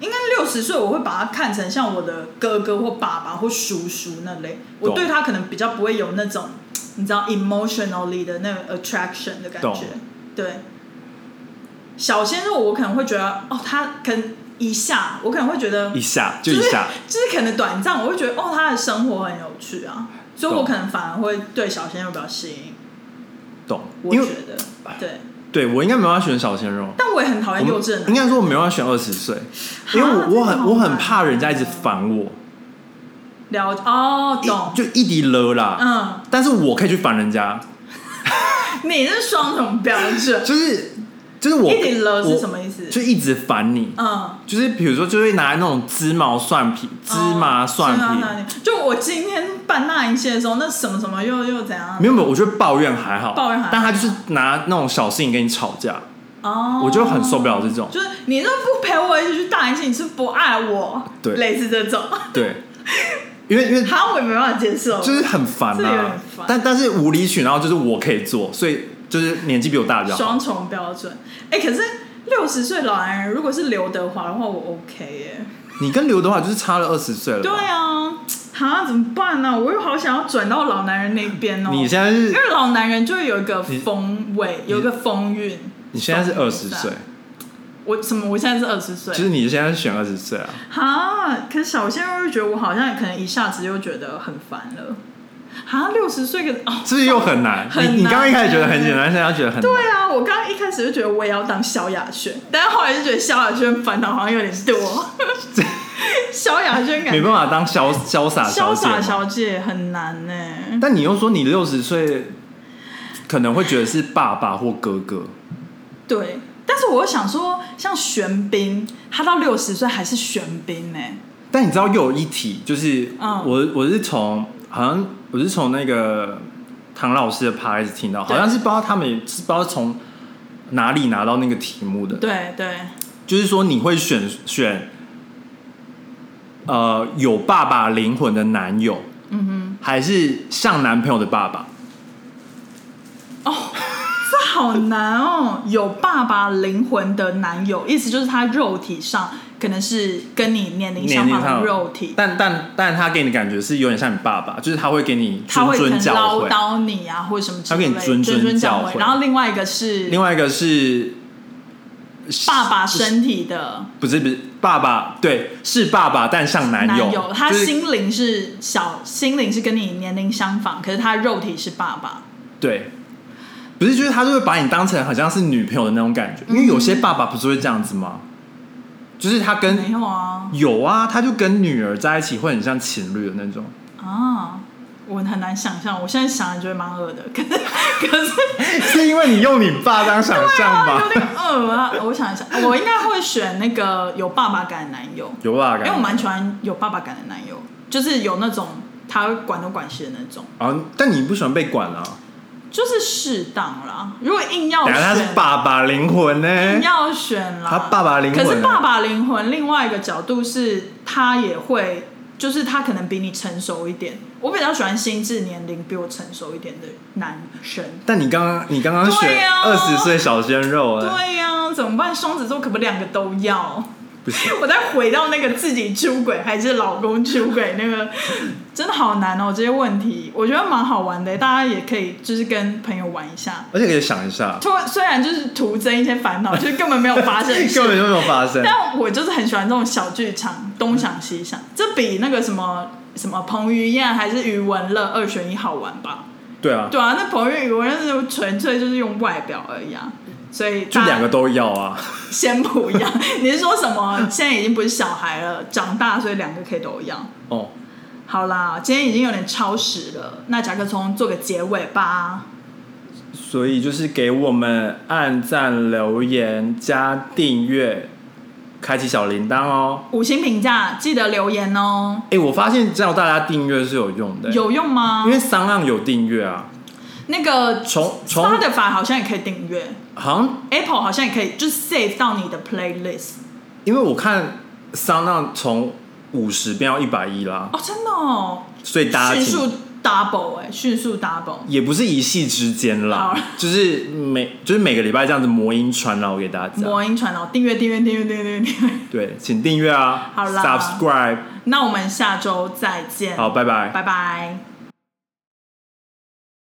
应该六十岁我会把他看成像我的哥哥或爸爸或叔叔那类，我
懂
对他可能比较不会有那种你知道 emotionally 的那个 attraction 的感
懂
觉，对。小鲜肉，我可能会觉得，哦，他可能一下，我可能会觉得
一下就一下，
就是，就是可能短暂，我会觉得哦，他的生活很有趣啊，所以我
懂
可能反而会对小鲜肉比较吸引。
懂？
我
因
觉
为
得对，
对我应该没办法选小鲜肉，
但我也很讨厌
我
幼
们
稚的
应
男，
该说我没办法选二十岁，因为我
这个
我很
好
我很
难
怕人家一直烦我，
了哦，懂
一，就一滴了啦。
嗯，
但是我可以去烦人家，
你是双重标准，
就是就是我
一滴了是
我
什么意思
就一直烦你。
嗯，
就是比如说，就会拿那种芝麻蒜皮、芝麻蒜
哦芝麻
皮，
蒜皮，就我今天办那一切的时候，那什么什么又又怎样
没？有没有，我觉得抱怨还好，
抱怨还好
但他就是拿那种小事情跟你吵架，
哦，
我就很受不了这种。
就是你都不陪我一起去大一庆，你是不爱我，
对
类似这种， *laughs*
对，因为因为
好，我也没办法接受，
就是很烦
这有
啊
点烦，
但但是无理取闹就是我可以做，所以就是年纪比我大比较好。
双重标准。哎、可是六十岁老男人如果是刘德华的话，我 OK 耶、
你跟刘德华就是差了二十岁了吧，
对啊，哈，怎么办呢、我又好想要转到老男人那边哦、
你现在
因
是
为老男人就有一个
你
风味，有一个风韵。
你现在是二十岁，
我什么？我现在是二十岁。
就是你现在是选二十岁啊，
哈，可是小鲜肉就觉得我好像可能一下子就觉得很烦了。哈，六十岁个哦，
是不是又很难？
很难
你你刚刚一开始觉得很简单，现在觉得很难。
对啊，我刚刚一开始就觉得我也要当萧亚轩，但是后来就觉得萧亚轩烦恼好像有点
*laughs*
多。萧亚轩感
没
觉
办法当潇潇洒
潇
小姐
洒
嘛，
小姐很难呢、
但你又说你六十岁可能会觉得是爸爸或哥哥，
对，但是我又想说，像玄彬，他到六十岁还是玄彬呢、
但你知道又有一题，就是
嗯
我我是从好像我是从那个唐老师的 p 开始听到，好
对
像是不知道他们也是不知道从哪里拿到那个题目的，
对对，
就是说你会选选呃有爸爸灵魂的男友，
嗯
还是像男朋友的爸爸？
哼，哦，好难哦。有爸爸灵魂的男友，意思就是他肉体上可能是跟你年龄
年
相
龄
仿
上
的肉体，
但但但他给你的感觉是有点像你爸爸，就是他会给你
他
谆
会可
谆
能
教
唠
诲。
叨你啊，或者什么之
他给
类
你
的，
谆谆
谆
教
教
诲
诲。然后另外一个是
另外一个是
爸爸身体的
不是不是爸爸，对，是爸爸，但像男
男
友，
友，他
就是
心灵是小，心灵是跟你年龄相仿，可是他肉体是爸爸。
对，不是就是他就会把你当成好像是女朋友的那种感觉，
嗯
因为有些爸爸不是会这样子吗？就是他跟
没有啊
有啊，他就跟女儿在一起会很像情侣的那种， *laughs*
啊！我很难想象，我现在想来觉得蛮恶的， *laughs* 可是可是
是因为你用你爸当想象
啊，有
吧？
点恶啊！我想一下，我应该会选那个有爸爸感的男友，
有爸爸
因
感，
为我蛮喜欢有爸爸感的男友，就是有那种他会管东管西的那种，
啊，但你不喜欢被管啊？
就是适当啦。如果硬要
等下他是
选，
爸爸灵魂呢、
硬哦要选
欸
啦，
他爸爸灵魂
可是
欸
爸爸灵魂，另外一个角度是，他也会，就是他可能比你成熟一点。我比较喜欢心智年龄比我成熟一点的男生。
但你刚刚你刚刚
对
选
啊
二十岁小鲜肉哎、
对呀、怎么办？双子座可不两个都要。
不行，
*laughs* 我再回到那个自己出轨还是老公出轨那个，真的好难哦。这些问题我觉得蛮好玩的，大家也可以就是跟朋友玩一下。
而且可以想一下，
突虽然就是徒增一些烦恼，就是根本没有发生
*laughs*
事啊
根本就没有发生。
但我就是很喜欢这种小剧场，东想西
嗯
想，这比那个什么什么彭于晏还是余文乐二选一好玩吧？
对啊，
对啊，那彭于晏、余文乐是纯粹就是用外表而已啊，所以
就
大家
两个都要啊。
先不要。 *laughs* 你是说什么？现在已经不是小孩了，长大所以两个可以都要。
哦，
好啦，今天已经有点超时了，那甲壳虫做个结尾吧。
所以就是给我们按赞、留言、加订阅、开启小铃铛哦。
五星评价记得留言哦，
哎、我发现叫大家订阅是有用的、欸
有啊用吗
因？为三浪有订阅啊，
那个
从从
Spotify 好像也可以订阅。
好像
Apple 好像也可以，就是 save 到你的 playlist
因为我看三浪从五十变到一百一啦，
哦，真的哦，
所以大家
迅
请
速 double 哎、迅速 double，
也不是一夕之间啦
好，
*laughs* 就是每就是每个礼拜这样子魔音传导给大家。
魔音传导，订阅订阅订阅订阅订阅，
对，请订阅啊，
好啦
s u b s c r i b e
那我们下周再见，
好，拜拜。
拜拜。